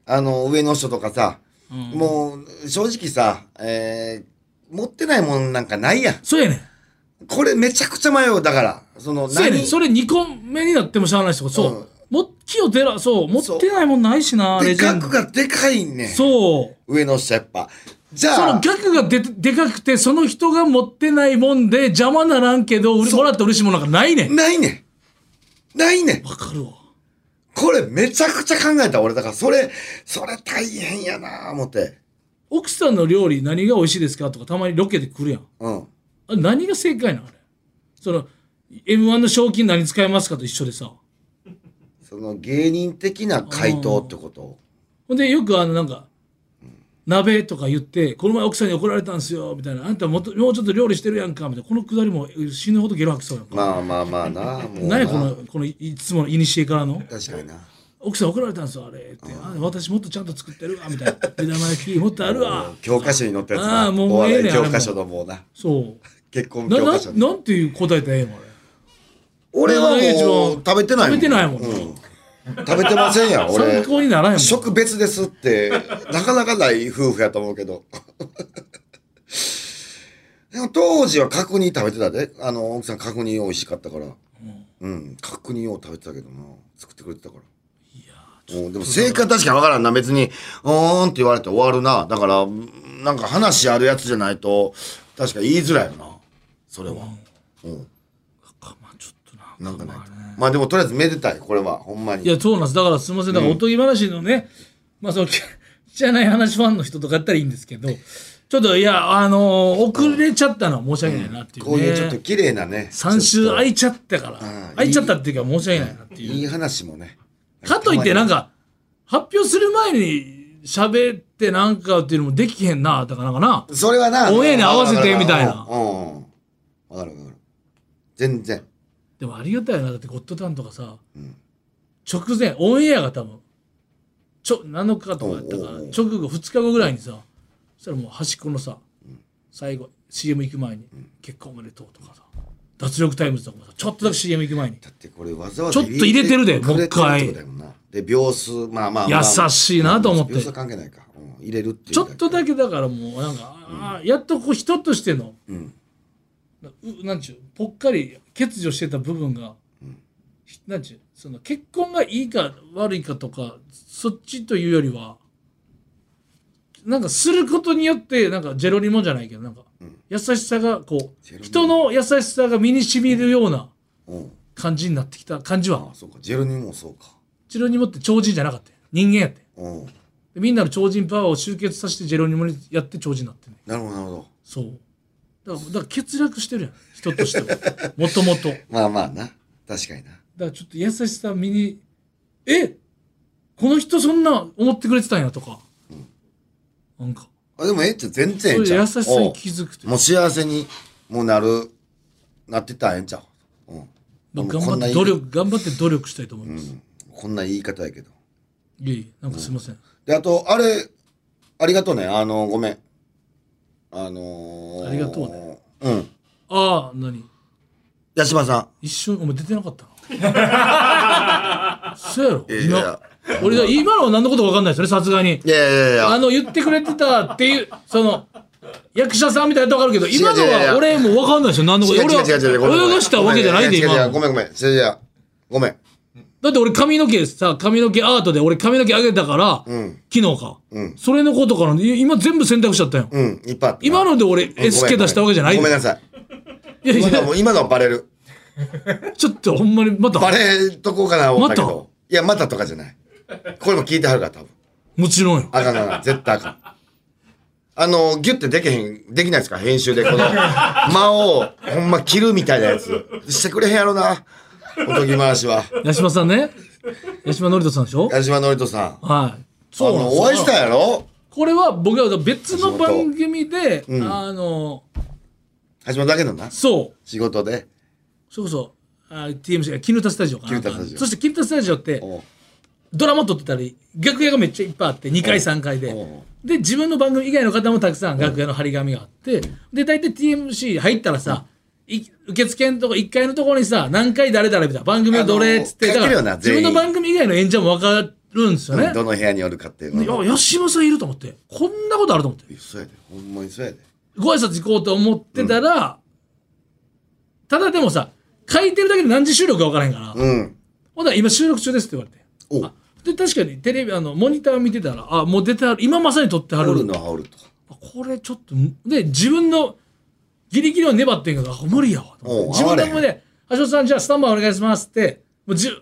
[SPEAKER 2] あの、上の人とかさ、もう、正直さ、えー、持ってないもんなんかないやん。
[SPEAKER 3] そうやねん
[SPEAKER 2] これめちゃくちゃ迷う。だから、その、
[SPEAKER 3] そうやねん
[SPEAKER 2] 何
[SPEAKER 3] それ2個目になってもしゃあないしそう、
[SPEAKER 2] うん
[SPEAKER 3] もっきをてらそう持ってないもんないしなレ
[SPEAKER 2] で、
[SPEAKER 3] ジェンド
[SPEAKER 2] 額がでかいねん。
[SPEAKER 3] そう
[SPEAKER 2] 上の人やっぱ。じ
[SPEAKER 3] そ
[SPEAKER 2] ゃ
[SPEAKER 3] の
[SPEAKER 2] あ、
[SPEAKER 3] 額がででかくてその人が持ってないもんで邪魔ならんけどうれもらって嬉しいものなんかないねん
[SPEAKER 2] ないねん。ないねん。
[SPEAKER 3] わかるわ
[SPEAKER 2] これめちゃくちゃ考えた俺。だから、それ、それ大変やな思って。
[SPEAKER 3] 奥さんの料理何が美味しいですかとかたまにロケで来るやん
[SPEAKER 2] うん。
[SPEAKER 3] あれ何が正解なのあれその m 1の賞金何使いますかと一緒でさ
[SPEAKER 2] その芸人的な回答ってこと
[SPEAKER 3] ほんでよくあのなんか鍋とか言ってこの前奥さんに怒られたんすよみたいなあんたもっともうちょっと料理してるやんかみたいなこのくだりも死ぬほどゲロ吐きそうやんか、
[SPEAKER 2] まあまあまあな。もうな
[SPEAKER 3] 何やこのこのいいつものいにしえからの
[SPEAKER 2] 確かにな。
[SPEAKER 3] 奥さん怒られたんすよあれってあ私もっとちゃんと作ってるわみたいな目玉焼きもっとあるわ
[SPEAKER 2] 教科書に載ったやつ
[SPEAKER 3] あ
[SPEAKER 2] な。
[SPEAKER 3] ーもう
[SPEAKER 2] お笑い
[SPEAKER 3] ええねんあれも
[SPEAKER 2] 教科書のもうな。
[SPEAKER 3] そ
[SPEAKER 2] 結婚
[SPEAKER 3] うな
[SPEAKER 2] 教
[SPEAKER 3] な
[SPEAKER 2] 科書の。
[SPEAKER 3] なんていう答えたらええのあれ
[SPEAKER 2] 俺はもう
[SPEAKER 3] な
[SPEAKER 2] 食べてないもん。
[SPEAKER 3] 食べてないもんな
[SPEAKER 2] うん食べてませんやん、俺。
[SPEAKER 3] 参考にならへんもん
[SPEAKER 2] 食別ですって、なかなかない夫婦やと思うけ
[SPEAKER 3] *laughs*
[SPEAKER 2] ど。でも当時は角煮食べてたで。あの、奥さん角煮美味しかったから。うん、角煮を食べてたけどな。作ってくれてたから。うんでも正解確かにわからんな。別に、うーんって言われて終わるな。だから、うんなんか話あるやつじゃないと、確か言いづらいよな。それは。うん。
[SPEAKER 3] かまあちょっとな
[SPEAKER 2] なんかないと。まあでもとりあえずめでたい。これは、ほんまに。
[SPEAKER 3] いや、そうなんです。だからすみません。だからおとぎ話のね、まあその、 *laughs* きじゃない話ファンの人とかやったらいいんですけど、ちょっと、いや、あのー遅れちゃったのは申し訳ないなっていう、ね
[SPEAKER 2] こういうちょっと綺麗なね。
[SPEAKER 3] 3週空
[SPEAKER 2] い
[SPEAKER 3] いちゃったから
[SPEAKER 2] ん、
[SPEAKER 3] 空いちゃったっていうか申し訳ないなっていう。
[SPEAKER 2] い話もね。
[SPEAKER 3] かといってなん
[SPEAKER 2] か。
[SPEAKER 3] か、発表する前に喋ってなんかっていうのもできへんな、だからなんかな。
[SPEAKER 2] それはな。
[SPEAKER 3] オンエアに合わせてみたいな
[SPEAKER 2] うんうん。わかるわかる。全然。
[SPEAKER 3] でもありがたいよな。だってゴッドタンとかさ、直前、オンエアが多分、ちょ、7日とかやったから
[SPEAKER 2] おうおうおう、
[SPEAKER 3] 直後、2日後ぐらいにさ、そしたらもう端っこのさ、最後、CM 行く前に、結婚おめでとうとかさ、脱力タイムズとかもさ、ちょっとだけ CM 行く前に、
[SPEAKER 2] だってこれわざわざ
[SPEAKER 3] ちょっと入れてる
[SPEAKER 2] 入れ
[SPEAKER 3] で
[SPEAKER 2] て
[SPEAKER 3] もう一回
[SPEAKER 2] くれてるってことやもんなで、秒数、まあまあまあ。
[SPEAKER 3] 優しいなと思って
[SPEAKER 2] 秒数関係ないか。うん入れるっていう。
[SPEAKER 3] ちょっとだけだからもう、なんか、あーやっとこう人としての、
[SPEAKER 2] ん
[SPEAKER 3] なうなんちゅう、ぽっかり欠如してた部分が、ひなんちゅう、その結婚がいいか悪いかとか、そっちというよりは、なんかすることによって、なんかジェロニモじゃないけど、なんか、優しさがこ
[SPEAKER 2] ジェロニ
[SPEAKER 3] う、
[SPEAKER 2] モ
[SPEAKER 3] 人の優しさが身にしみるような
[SPEAKER 2] うん。
[SPEAKER 3] 感じになってきた感じは
[SPEAKER 2] あ、、そうか。ジェルにもそうか。
[SPEAKER 3] ジェロニモって超人じゃなかったよ人間やって。
[SPEAKER 2] うん。
[SPEAKER 3] でみんなの超人パワーを集結させてジェロニモにやって超人になってね。
[SPEAKER 2] なるほど、なるほど。
[SPEAKER 3] そう。だから、だから欠落してるやん。人
[SPEAKER 2] *laughs*
[SPEAKER 3] としては。もともと。だか
[SPEAKER 2] まあまあな。確かにな。
[SPEAKER 3] らちょっと優しさ身に、えこの人そんな思ってくれてたんやとか。なんか、
[SPEAKER 2] あ、でもええって全然ええ
[SPEAKER 3] そ
[SPEAKER 2] ん
[SPEAKER 3] ういう
[SPEAKER 2] ちゃう
[SPEAKER 3] 優しさ
[SPEAKER 2] お
[SPEAKER 3] に
[SPEAKER 2] う
[SPEAKER 3] 気づくという
[SPEAKER 2] もう幸せにもうなる、なってたらええんちゃう。うん。
[SPEAKER 3] まあ
[SPEAKER 2] もう
[SPEAKER 3] 頑
[SPEAKER 2] こん
[SPEAKER 3] 張
[SPEAKER 2] な
[SPEAKER 3] って
[SPEAKER 2] に
[SPEAKER 3] 努力頑張って努力したいと思います、
[SPEAKER 2] こんな言い方やけど。
[SPEAKER 3] いえいえなんかすいません、
[SPEAKER 2] で、あと、あれ、ありがとうね。あの、ごめん。あのー、
[SPEAKER 3] ありがとうね。
[SPEAKER 2] うん。
[SPEAKER 3] ああ何
[SPEAKER 2] 八島さん。
[SPEAKER 3] 一瞬お前出てな
[SPEAKER 2] *laughs*
[SPEAKER 3] かったなそうやろ
[SPEAKER 2] いやいや
[SPEAKER 3] 今俺だ今のは何のことか分かんないですよねさすがに
[SPEAKER 2] いやいやいや
[SPEAKER 3] あの言ってくれてたっていうその役者さんみたいなと分かるけど今の
[SPEAKER 2] 違う違う違う
[SPEAKER 3] は俺もう分かんないですよ何のこと
[SPEAKER 2] 違う
[SPEAKER 3] 俺
[SPEAKER 2] 違う違う違う。ごめんごめ
[SPEAKER 3] は
[SPEAKER 2] ん
[SPEAKER 3] 泳がしたわけじゃないで
[SPEAKER 2] 違う違う
[SPEAKER 3] 今
[SPEAKER 2] 違う
[SPEAKER 3] の
[SPEAKER 2] ごめんごめん。それじゃあごめん。
[SPEAKER 3] だって俺髪の毛さ髪の毛アートで俺髪の毛上げたから、昨日か、それのことからい今全部選択しちゃったよ、
[SPEAKER 2] うん、いっぱいあったな
[SPEAKER 3] 今ので俺
[SPEAKER 2] ごめん
[SPEAKER 3] SK 出したわけじゃない
[SPEAKER 2] ごめんなさい。
[SPEAKER 3] いやい
[SPEAKER 2] 今の
[SPEAKER 3] や
[SPEAKER 2] もう今のはバレる。
[SPEAKER 3] ちょっとほんまにまた
[SPEAKER 2] バレとこうかな思ったけど
[SPEAKER 3] ま。
[SPEAKER 2] いや、またとかじゃない。これも聞いてはるから、多分。
[SPEAKER 3] もちろんよ
[SPEAKER 2] あかんあかん、絶対あかん。あの、ギュってできへん、できないですか編集で。この、間を、ほんま切るみたいなやつ。してくれへんやろな。おとぎ回しは。
[SPEAKER 3] 八島さんね八島典人さんでしょ
[SPEAKER 2] 矢島のりとさん。
[SPEAKER 3] は
[SPEAKER 2] あ
[SPEAKER 3] いそうなんで
[SPEAKER 2] の
[SPEAKER 3] すよ
[SPEAKER 2] お会いしたやろ
[SPEAKER 3] これは僕は別の番組で、あの
[SPEAKER 2] 橋本だけのな。
[SPEAKER 3] そう
[SPEAKER 2] 仕事で。
[SPEAKER 3] それこそあ TMC が絹田スタジオかな
[SPEAKER 2] 絹田スタジオ
[SPEAKER 3] そして絹田スタジオって
[SPEAKER 2] おう
[SPEAKER 3] ドラマ撮ってたり楽屋がめっちゃいっぱいあって2回3回でで自分の番組以外の方もたくさん楽屋の張り紙があってで大体 TMC 入ったらさ、い受付のとこ1階のところにさ何回誰々みたいな番組はどれっつって
[SPEAKER 2] あの書
[SPEAKER 3] だか
[SPEAKER 2] いてるよ
[SPEAKER 3] ら
[SPEAKER 2] な
[SPEAKER 3] 自
[SPEAKER 2] 全員
[SPEAKER 3] 分の番組以外の演者も分かるんですよね、
[SPEAKER 2] どの部屋におるかっていう
[SPEAKER 3] で
[SPEAKER 2] の。
[SPEAKER 3] あ吉島さんいると思ってこんなことあると思って
[SPEAKER 2] そうやで。ほんまにそうやで。
[SPEAKER 3] ご挨拶行こうと思ってたら、ただでもさ書いてるだけで何時収録か分からへんか
[SPEAKER 2] う
[SPEAKER 3] ら、
[SPEAKER 2] ん。
[SPEAKER 3] ほんなら今収録中ですって言われて
[SPEAKER 2] お
[SPEAKER 3] あで確かにテレビあのモニター見てたらあもう出てはる今まさに撮っては
[SPEAKER 2] おる
[SPEAKER 3] る
[SPEAKER 2] のはおると。
[SPEAKER 3] あこれちょっとで自分のギリギリは粘ってんけどあ無理やわと思って
[SPEAKER 2] おう
[SPEAKER 3] 自分の
[SPEAKER 2] 哀
[SPEAKER 3] 声で「橋本さんじゃあスタンバイお願いします」ってもうじゅ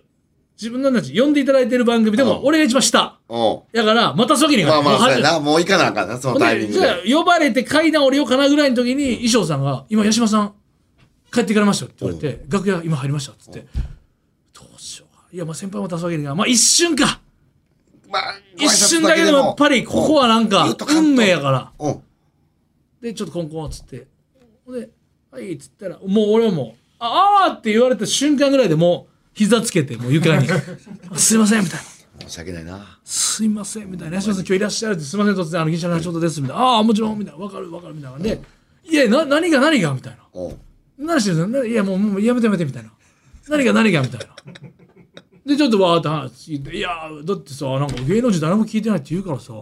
[SPEAKER 3] 自分のたち呼んでいただいてる番組でも俺が一番下
[SPEAKER 2] おう
[SPEAKER 3] やからまたすわけにいか
[SPEAKER 2] まあまあ、そ
[SPEAKER 3] ないもう
[SPEAKER 2] う
[SPEAKER 3] は
[SPEAKER 2] や
[SPEAKER 3] じ
[SPEAKER 2] な。もう行かなあかんな、そ
[SPEAKER 3] ほ
[SPEAKER 2] の
[SPEAKER 3] ん
[SPEAKER 2] タイミ
[SPEAKER 3] で
[SPEAKER 2] ング
[SPEAKER 3] じゃ
[SPEAKER 2] で。
[SPEAKER 3] あ呼ばれて階段降りようかなぐらいの時に衣装さんが「今八島さん帰っていかれました」って言われて「楽屋今入りました」っつって「どうしようかいやまあ先輩も出すわけにいかないまあ一瞬か
[SPEAKER 2] まあ
[SPEAKER 3] 一瞬だけでもやっぱりここはなんか運命やから。
[SPEAKER 2] ご挨拶だけでもうん。
[SPEAKER 3] でちょっとコンコンっつってほんで「はい」っつったらもう俺はもう「ああ」って言われた瞬間ぐらいでもう膝つけてもう *laughs* 床に「すいません」みたいな
[SPEAKER 2] 申し訳ないな。
[SPEAKER 3] すいませんみたいな、八嶋さん、今日いらっしゃるって、すいません、突然、あの銀シャの橋本ですみたいな、ああ、もちろんみたいな、わかるわかるみたいな、で、いや、な何が何がみたいな、
[SPEAKER 2] おう
[SPEAKER 3] 何してるのないや、もう、もうやめてやめてみたいな、何が何がみたいな。で、ちょっとわーって話聞いて、いやー、だってさ、なんか芸能人誰も聞いてないって言うからさ、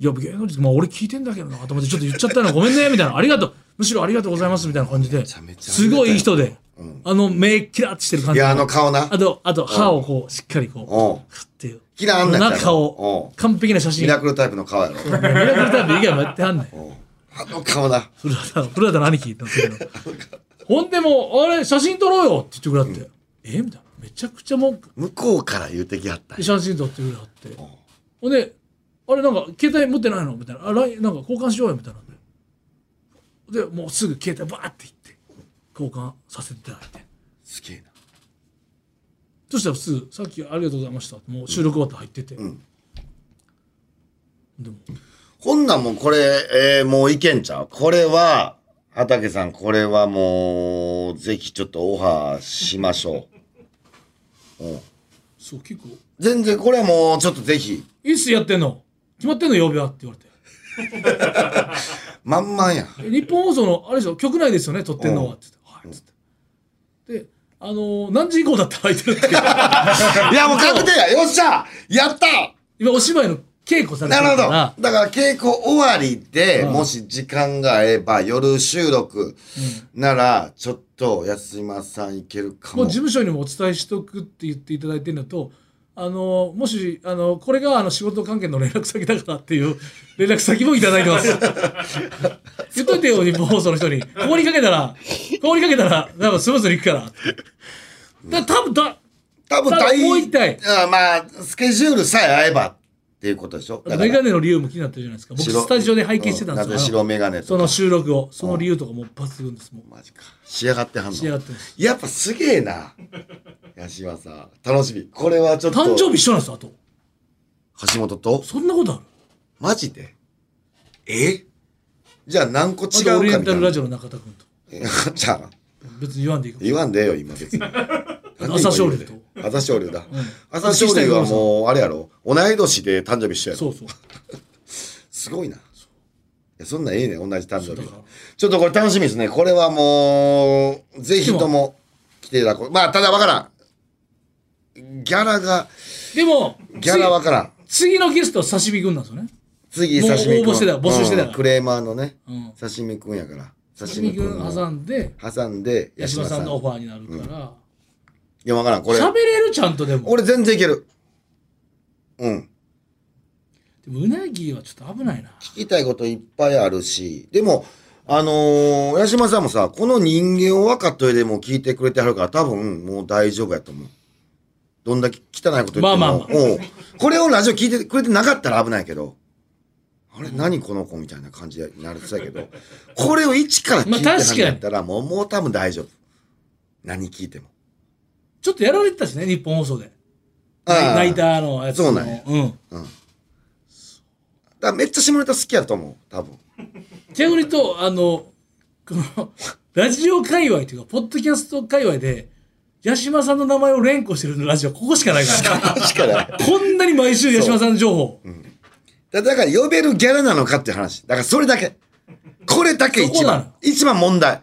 [SPEAKER 3] いや、芸能人、まあ俺聞いてんだけどなと思って、ちょっと言っちゃったの、ごめんね、みたいな、ありがとう、むしろありがとうございますみたいな感じで、
[SPEAKER 2] ゃめちゃ
[SPEAKER 3] すごいいい人で、あの、目キラッとしてる感
[SPEAKER 2] い
[SPEAKER 3] じ。
[SPEAKER 2] や、あの顔な
[SPEAKER 3] あ。と、あと、歯をこう、しっかりこう。
[SPEAKER 2] おう
[SPEAKER 3] っていう。
[SPEAKER 2] キラーあんねんやろ
[SPEAKER 3] 中を
[SPEAKER 2] おう
[SPEAKER 3] 完璧な写
[SPEAKER 2] ミ
[SPEAKER 3] 真。ミラ
[SPEAKER 2] ラ
[SPEAKER 3] ク
[SPEAKER 2] クルタイプの顔やろ。
[SPEAKER 3] ルタイプ以外もやってはんねん。
[SPEAKER 2] おうあの顔な。
[SPEAKER 3] 古畑、古畑の兄貴なんですけど。ほんでもう、あれ、写真撮ろうよって言ってくれはって。えみたいな。めちゃくちゃ文句。
[SPEAKER 2] 向こうから言うてきはったん
[SPEAKER 3] で
[SPEAKER 2] や。
[SPEAKER 3] 写真撮ってくれはって。ほんで、あれ、なんか、携帯持ってないのみたいな。あ、ラインなんか交換しようよ、みたいなんで。で、もうすぐ携帯バーって行って、交換させていただいて。
[SPEAKER 2] すげえな。
[SPEAKER 3] そしたらすぐ、さっきありがとうございましたって。もう収録終わって入ってて。でも、
[SPEAKER 2] ほんなんもうこれ、えーもういけんちゃうこれは、畑さん、これはもう、ぜひちょっとオファーしましょう。うん
[SPEAKER 3] そう、結構。
[SPEAKER 2] 全然これはもう、ちょっとぜひ、
[SPEAKER 3] いつやってんの決まってんの曜日はって言われ
[SPEAKER 2] *laughs*
[SPEAKER 3] て。
[SPEAKER 2] まんまんや。
[SPEAKER 3] え日本放送の、あれでしょ、局内ですよね、撮ってんのは。って言って、はい、つって。で、あのー何時以降だったら空いてるって。
[SPEAKER 2] *laughs* いや、もう確定 *laughs* や。よっしゃやった
[SPEAKER 3] 今、お芝居の稽古され
[SPEAKER 2] な
[SPEAKER 3] て
[SPEAKER 2] るほ
[SPEAKER 3] るか
[SPEAKER 2] ど。
[SPEAKER 3] ら
[SPEAKER 2] だ、から稽古終わりで、もし時間が合えば夜収録なら、ちょっと安間さんいけるか
[SPEAKER 3] もう
[SPEAKER 2] も。
[SPEAKER 3] 事務所にもお伝えしとくって言っていただいてるのと、あのーもし、あのーこれがあの仕事関係の連絡先だからっていう連絡先もいただい
[SPEAKER 2] *laughs*
[SPEAKER 3] てます。言っといてよ、日本放送の人に。ここにかけたら、ここにかけたら、多分スムーズにいく
[SPEAKER 2] *laughs*
[SPEAKER 3] から。だ多分だ
[SPEAKER 2] 多分
[SPEAKER 3] ただ
[SPEAKER 2] 大
[SPEAKER 3] もう一体
[SPEAKER 2] あまあ、スケジュールさえ合えばっていうことでしょ。だから
[SPEAKER 3] メガネの理由も気になってるじゃないですか。僕、
[SPEAKER 2] 白
[SPEAKER 3] スタジオで拝見してたんで
[SPEAKER 2] うな
[SPEAKER 3] すよ。
[SPEAKER 2] 白メガネ
[SPEAKER 3] そ
[SPEAKER 2] と
[SPEAKER 3] の
[SPEAKER 2] か。
[SPEAKER 3] 収録を、その理由とかもう抜群です。もう
[SPEAKER 2] マジか。仕上がってはん
[SPEAKER 3] 仕上が
[SPEAKER 2] の
[SPEAKER 3] っ。てます。
[SPEAKER 2] やっぱすげえな。八島さん。楽しみ。これはちょっと。
[SPEAKER 3] 誕生日一緒なんですよ、あと。
[SPEAKER 2] 橋本と
[SPEAKER 3] そんなことある
[SPEAKER 2] マジでえじゃあ何個違
[SPEAKER 3] あ
[SPEAKER 2] う
[SPEAKER 3] と
[SPEAKER 2] か
[SPEAKER 3] オ
[SPEAKER 2] み
[SPEAKER 3] リエ
[SPEAKER 2] たい
[SPEAKER 3] ンタル
[SPEAKER 2] な
[SPEAKER 3] ラ。ジオの中田君と。
[SPEAKER 2] *laughs* じゃあ。
[SPEAKER 3] 別に言わんでいいかも。 *laughs*
[SPEAKER 2] 言わんでええよ今別に
[SPEAKER 3] 朝青龍と。
[SPEAKER 2] 朝青龍だ。朝青龍はもう、あれやろ。同い年で誕生日一緒や
[SPEAKER 3] そ
[SPEAKER 2] ろ。
[SPEAKER 3] うそう。
[SPEAKER 2] すごいな。いやそんなんええねん、同じ誕生
[SPEAKER 3] だ
[SPEAKER 2] 日
[SPEAKER 3] から。
[SPEAKER 2] ちょっとこれ楽しみですね。これはもう、ぜひとも来ていただこう。まあ、ただわからん。ギャラが、
[SPEAKER 3] でも、
[SPEAKER 2] ギャラわからん。
[SPEAKER 3] 次次のゲストは刺身くんなんですよね。
[SPEAKER 2] 次、
[SPEAKER 3] もう
[SPEAKER 2] 刺身くん。
[SPEAKER 3] 応募してた募集してた
[SPEAKER 2] うんクレーマーのね、
[SPEAKER 3] うん
[SPEAKER 2] 刺身くんやから。刺
[SPEAKER 3] 刺身
[SPEAKER 2] 身く
[SPEAKER 3] く
[SPEAKER 2] ん
[SPEAKER 3] ん挟
[SPEAKER 2] を
[SPEAKER 3] んで、
[SPEAKER 2] 挟んで、
[SPEAKER 3] 八島さんのオファーになるから。
[SPEAKER 2] いや、わからん。これ、
[SPEAKER 3] 喋れるちゃんとでも。
[SPEAKER 2] 俺全然いける。うん。
[SPEAKER 3] でもうなぎはちょっと危ないな。
[SPEAKER 2] 聞きたいこといっぱいあるし、でも、あのー、八島さんもさ、この人間を分かっといでもう聞いてくれてはるから、多分もう大丈夫やと思う。どんだけ汚いこと言っても。
[SPEAKER 3] まあまあまあ
[SPEAKER 2] おうこれをラジオ聞いてくれてなかったら危ないけど、あれ、何この子みたいな感じになるってたけど、これを一から聞いて
[SPEAKER 3] まあ
[SPEAKER 2] は
[SPEAKER 3] 確か
[SPEAKER 2] る
[SPEAKER 3] に
[SPEAKER 2] んやったら、もう、もう多分大丈夫。何聞いても。
[SPEAKER 3] ちょっとやられてたしね、日本放送で。
[SPEAKER 2] あー
[SPEAKER 3] ナイターのやつの。
[SPEAKER 2] そうなんや
[SPEAKER 3] うん。
[SPEAKER 2] だからめっちゃ下ネタ好きやと思う、多分。
[SPEAKER 3] 逆に言うと、あの、この、ラジオ界隈というか、ポッドキャスト界隈で、八島さんの名前を連呼してるラジオ、ここしかないから。
[SPEAKER 2] 確かに。
[SPEAKER 3] こんなに毎週八島さんの情報。
[SPEAKER 2] だだから呼べるギャラなのかっていう話。だからそれだけ。これだけ
[SPEAKER 3] そ
[SPEAKER 2] 一
[SPEAKER 3] こなの
[SPEAKER 2] 番。一番問題。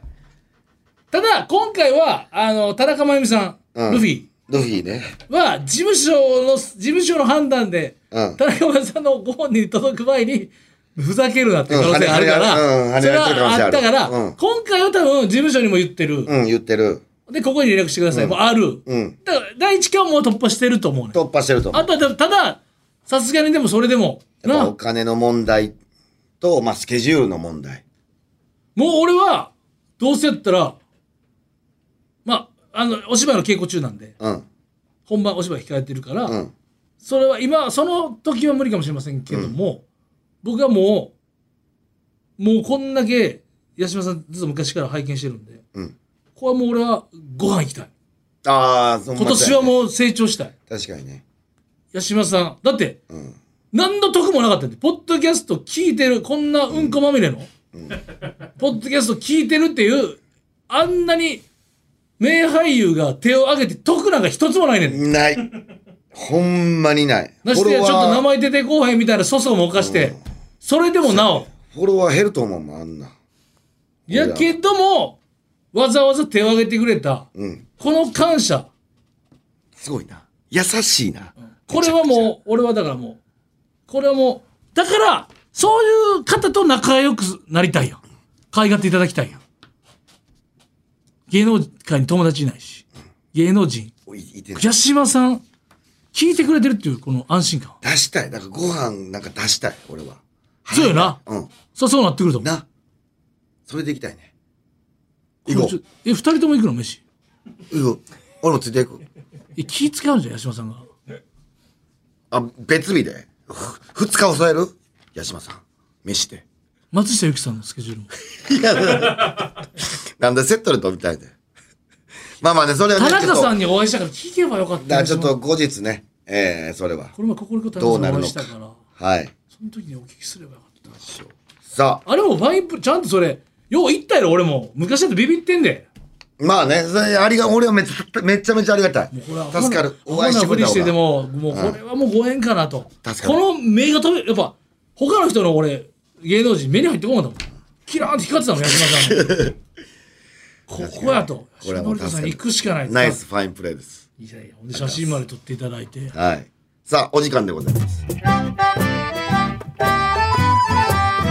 [SPEAKER 3] ただ、今回は、あの、田中真由美さん、
[SPEAKER 2] うん
[SPEAKER 3] ルフィ
[SPEAKER 2] ルフィね。
[SPEAKER 3] は、事務所の、事務所の判断で、
[SPEAKER 2] うん
[SPEAKER 3] 田中真由美さんのご本人に届く前に、ふざけるなっていう可能性があるか
[SPEAKER 2] うん
[SPEAKER 3] ら、
[SPEAKER 2] 跳ね
[SPEAKER 3] そ
[SPEAKER 2] 跳
[SPEAKER 3] れ
[SPEAKER 2] ねうん跳ねられてる可
[SPEAKER 3] は
[SPEAKER 2] 能性
[SPEAKER 3] あ
[SPEAKER 2] あ
[SPEAKER 3] っ
[SPEAKER 2] る
[SPEAKER 3] たから、
[SPEAKER 2] うん
[SPEAKER 3] 今回は多分、事務所にも言ってる。
[SPEAKER 2] うん、言ってる。
[SPEAKER 3] で、ここに連絡してください。もうある。
[SPEAKER 2] うん。
[SPEAKER 3] だから、第一関門は突破してると思うね。
[SPEAKER 2] 突破してると思う。
[SPEAKER 3] あとはでも、ただ、さすがにでもそれでも、
[SPEAKER 2] やっぱ
[SPEAKER 3] な
[SPEAKER 2] お、金の問題と、まあ、スケジュールの問題。
[SPEAKER 3] もう俺は、どうせやったら、まあ、あの、お芝居の稽古中なんで、
[SPEAKER 2] うん。
[SPEAKER 3] 本番お芝居控えてるから、
[SPEAKER 2] うん。
[SPEAKER 3] それは今、その時は無理かもしれませんけども、僕はもう、もうこんだけ、八島さんずっと昔から拝見してるんで、
[SPEAKER 2] うん。
[SPEAKER 3] これはもう俺はご飯行きたい。
[SPEAKER 2] ああ、そん
[SPEAKER 3] 今年は
[SPEAKER 2] う。
[SPEAKER 3] もう成長したい。
[SPEAKER 2] 確かにね。
[SPEAKER 3] 八島さん。だって、
[SPEAKER 2] うん。
[SPEAKER 3] 何の得もなかったんで、ポッドキャスト聞いてる、こんなうんこまみれの、ポッドキャスト聞いてるっていう、あんなに名俳優が手を挙げて得なんか一つもないねん。
[SPEAKER 2] ない。 *laughs* ほんまにない。
[SPEAKER 3] なして、ちょっと名
[SPEAKER 2] ー、
[SPEAKER 3] 前出てこうへんみたいな粗相も犯して、それでもなお。
[SPEAKER 2] フォロワー減ると思うもん、あんな。
[SPEAKER 3] やけども、わざわざ手を挙げてくれた、
[SPEAKER 2] うん。
[SPEAKER 3] この感謝。
[SPEAKER 2] すごいな。優しいな。
[SPEAKER 3] これはもう、俺はだからもう、これはもう、だから、そういう方と仲良くなりたいやん。可愛がっていただきたいやん。芸能界に友達いないし、芸能人。
[SPEAKER 2] おいいてない
[SPEAKER 3] 八島さん、聞いてくれてるっていう、この安心感。
[SPEAKER 2] 出したい。だからご飯なんか出したい、俺は。
[SPEAKER 3] そうよな。
[SPEAKER 2] うん。
[SPEAKER 3] そうそうなってくると思う。
[SPEAKER 2] な。それで行きたいね。行こ
[SPEAKER 3] ちょえ、二人とも行くの飯。
[SPEAKER 2] う。行こう。俺もついていく。
[SPEAKER 3] え、気使うんじゃん、八島さんが。
[SPEAKER 2] あ、別日で。ふ二日抑える八島さん。飯
[SPEAKER 3] *laughs*
[SPEAKER 2] で。
[SPEAKER 3] 松下由紀さんのスケジュールも。
[SPEAKER 2] いや、なんでセットで飛びたいで。まあまあね、それはね、
[SPEAKER 3] 田
[SPEAKER 2] ちょ
[SPEAKER 3] 中
[SPEAKER 2] っと
[SPEAKER 3] さんにお会いしたから聞けばよかっ
[SPEAKER 2] だか
[SPEAKER 3] た。
[SPEAKER 2] らちょっと後日ね。ええそれは。
[SPEAKER 3] これも心田中
[SPEAKER 2] どう
[SPEAKER 3] さ
[SPEAKER 2] ん
[SPEAKER 3] に
[SPEAKER 2] なる
[SPEAKER 3] お会い
[SPEAKER 2] の
[SPEAKER 3] した
[SPEAKER 2] か
[SPEAKER 3] から、。
[SPEAKER 2] はい。
[SPEAKER 3] その時にお聞きすればよかった。
[SPEAKER 2] さあ、
[SPEAKER 3] あれもファインプレーちゃんとそれ、よう言ったやろ、俺も。昔だってビビってんで。
[SPEAKER 2] まあね、それありが、俺はめっちゃ、めちゃめちゃありがたい。
[SPEAKER 3] これは
[SPEAKER 2] 助かる。
[SPEAKER 3] ほ
[SPEAKER 2] お
[SPEAKER 3] な
[SPEAKER 2] 会いして
[SPEAKER 3] ほ
[SPEAKER 2] く
[SPEAKER 3] なふ
[SPEAKER 2] れた
[SPEAKER 3] りして
[SPEAKER 2] 方
[SPEAKER 3] で
[SPEAKER 2] が。
[SPEAKER 3] も、もうこれはもうご縁かなと。
[SPEAKER 2] 助かる
[SPEAKER 3] この目が飛び、やっぱ、他の人の俺、芸能人目に入ってこなかったもん。キラーンって光ってたもん、八島さんの。ここやと。
[SPEAKER 2] これ
[SPEAKER 3] 島
[SPEAKER 2] はもう
[SPEAKER 3] 森田さ
[SPEAKER 2] 助か
[SPEAKER 3] ん
[SPEAKER 2] る
[SPEAKER 3] 行くしかない。
[SPEAKER 2] ナイスファインプレーです。
[SPEAKER 3] いやいや。ほんで写真まで撮っていただいて。
[SPEAKER 2] はい。さあ、お時間でございます。
[SPEAKER 4] オール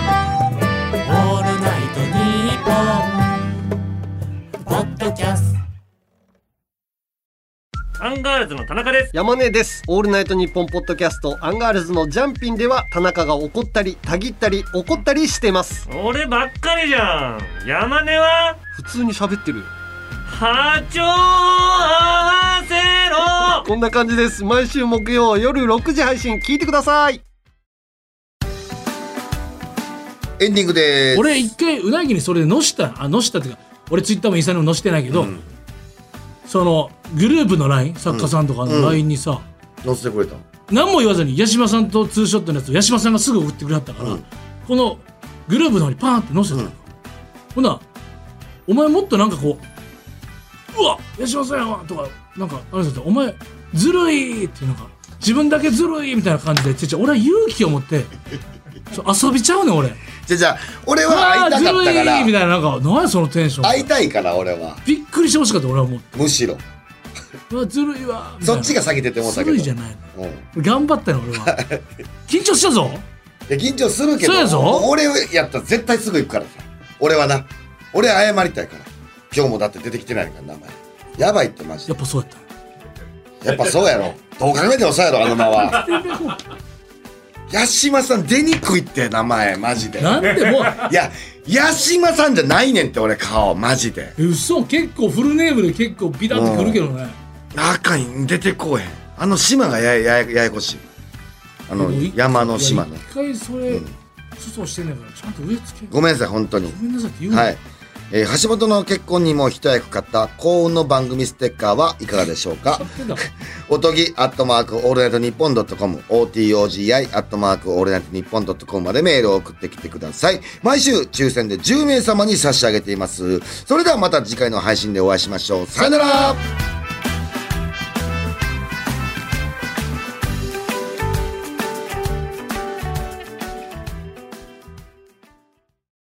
[SPEAKER 4] ナイトニッポン」ポッドキャスト
[SPEAKER 5] アンガールズの田中です。
[SPEAKER 6] 山根です。オールナイトニッポンポッドキャストアンガールズのジャンピンでは田中が怒ったり、たぎったり、怒ったりしてます。
[SPEAKER 5] 俺ばっかりじゃん。山根は
[SPEAKER 6] 普通に喋ってるよ。
[SPEAKER 5] 波長を合わせろ
[SPEAKER 6] こんな感じです。毎週木曜夜6時配信聞いてください。
[SPEAKER 2] エンディングです。
[SPEAKER 3] 俺一回うなぎにそれでのしたあのしたっていうか俺ツイッターもインスタにも載してないけど、そのグループの LINE 作家さんとかの LINE にさ、
[SPEAKER 2] 乗せてくれた。
[SPEAKER 3] 何も言わずに八島さんとツーショットのやつを八島さんがすぐ送ってくれはったから、
[SPEAKER 2] うん
[SPEAKER 3] このグループの方にパーンって載せたの、
[SPEAKER 2] うん
[SPEAKER 3] ほなお前もっとなんかこううわ吉本さんやわとかなんかあれですよお前ずるいっていうなんか自分だけずるいみたいな感じでちょちょ俺は勇気を
[SPEAKER 2] *laughs*
[SPEAKER 3] 持ってそう遊びちゃうねん俺
[SPEAKER 2] じゃあじゃあ俺
[SPEAKER 3] あ
[SPEAKER 2] は会いたかったか
[SPEAKER 3] ずるいみ
[SPEAKER 2] ら
[SPEAKER 3] たいななんか何やそのテンション
[SPEAKER 2] 会いたいから俺は
[SPEAKER 3] びっくりしてほしかった俺はもう
[SPEAKER 2] むしろ
[SPEAKER 3] うわずるいわみた
[SPEAKER 2] そっ
[SPEAKER 3] いな
[SPEAKER 2] ちが先出て思った
[SPEAKER 3] ず
[SPEAKER 2] けど
[SPEAKER 3] るいじゃないの
[SPEAKER 2] うん、い
[SPEAKER 3] 頑張ったよ
[SPEAKER 2] *laughs*
[SPEAKER 3] 俺は緊張したぞ
[SPEAKER 2] や緊張するけど
[SPEAKER 3] そうやぞ
[SPEAKER 2] 俺やったら絶対すぐ行くからさ俺はな俺謝りたいから今日もだって出てきてないから名前やばいってマジ
[SPEAKER 3] や
[SPEAKER 2] で
[SPEAKER 3] っぱそうやった
[SPEAKER 2] やっぱそうやろどう考えてもそうやろあの名は
[SPEAKER 3] *laughs*
[SPEAKER 2] 八島さん出にくいって名前マジで
[SPEAKER 3] なんでもう
[SPEAKER 2] いや八島さんじゃないねんって俺顔マジで
[SPEAKER 3] え嘘結構フルネームで結構ビタってくるけどね、
[SPEAKER 2] 赤に出てこうへんあの島がやややややこしいあの
[SPEAKER 3] もう一回
[SPEAKER 2] 山の島の
[SPEAKER 3] いや一回それ粗相してんねんからちゃんと植え付けご
[SPEAKER 2] ごめんなさい本当に
[SPEAKER 3] めんなさいって言うの、
[SPEAKER 2] はい、えー橋本の結婚にも一役買った幸運の番組ステッカーはいかがでしょうか
[SPEAKER 3] 勝手だも
[SPEAKER 2] おとぎアットマークオールナイトニッポンドットコム OTOGI アットマークオールナイトニッポンドットコムまでメールを送ってきてください毎週抽選で10名様に差し上げていますそれではまた次回の配信でお会いしましょうさよなら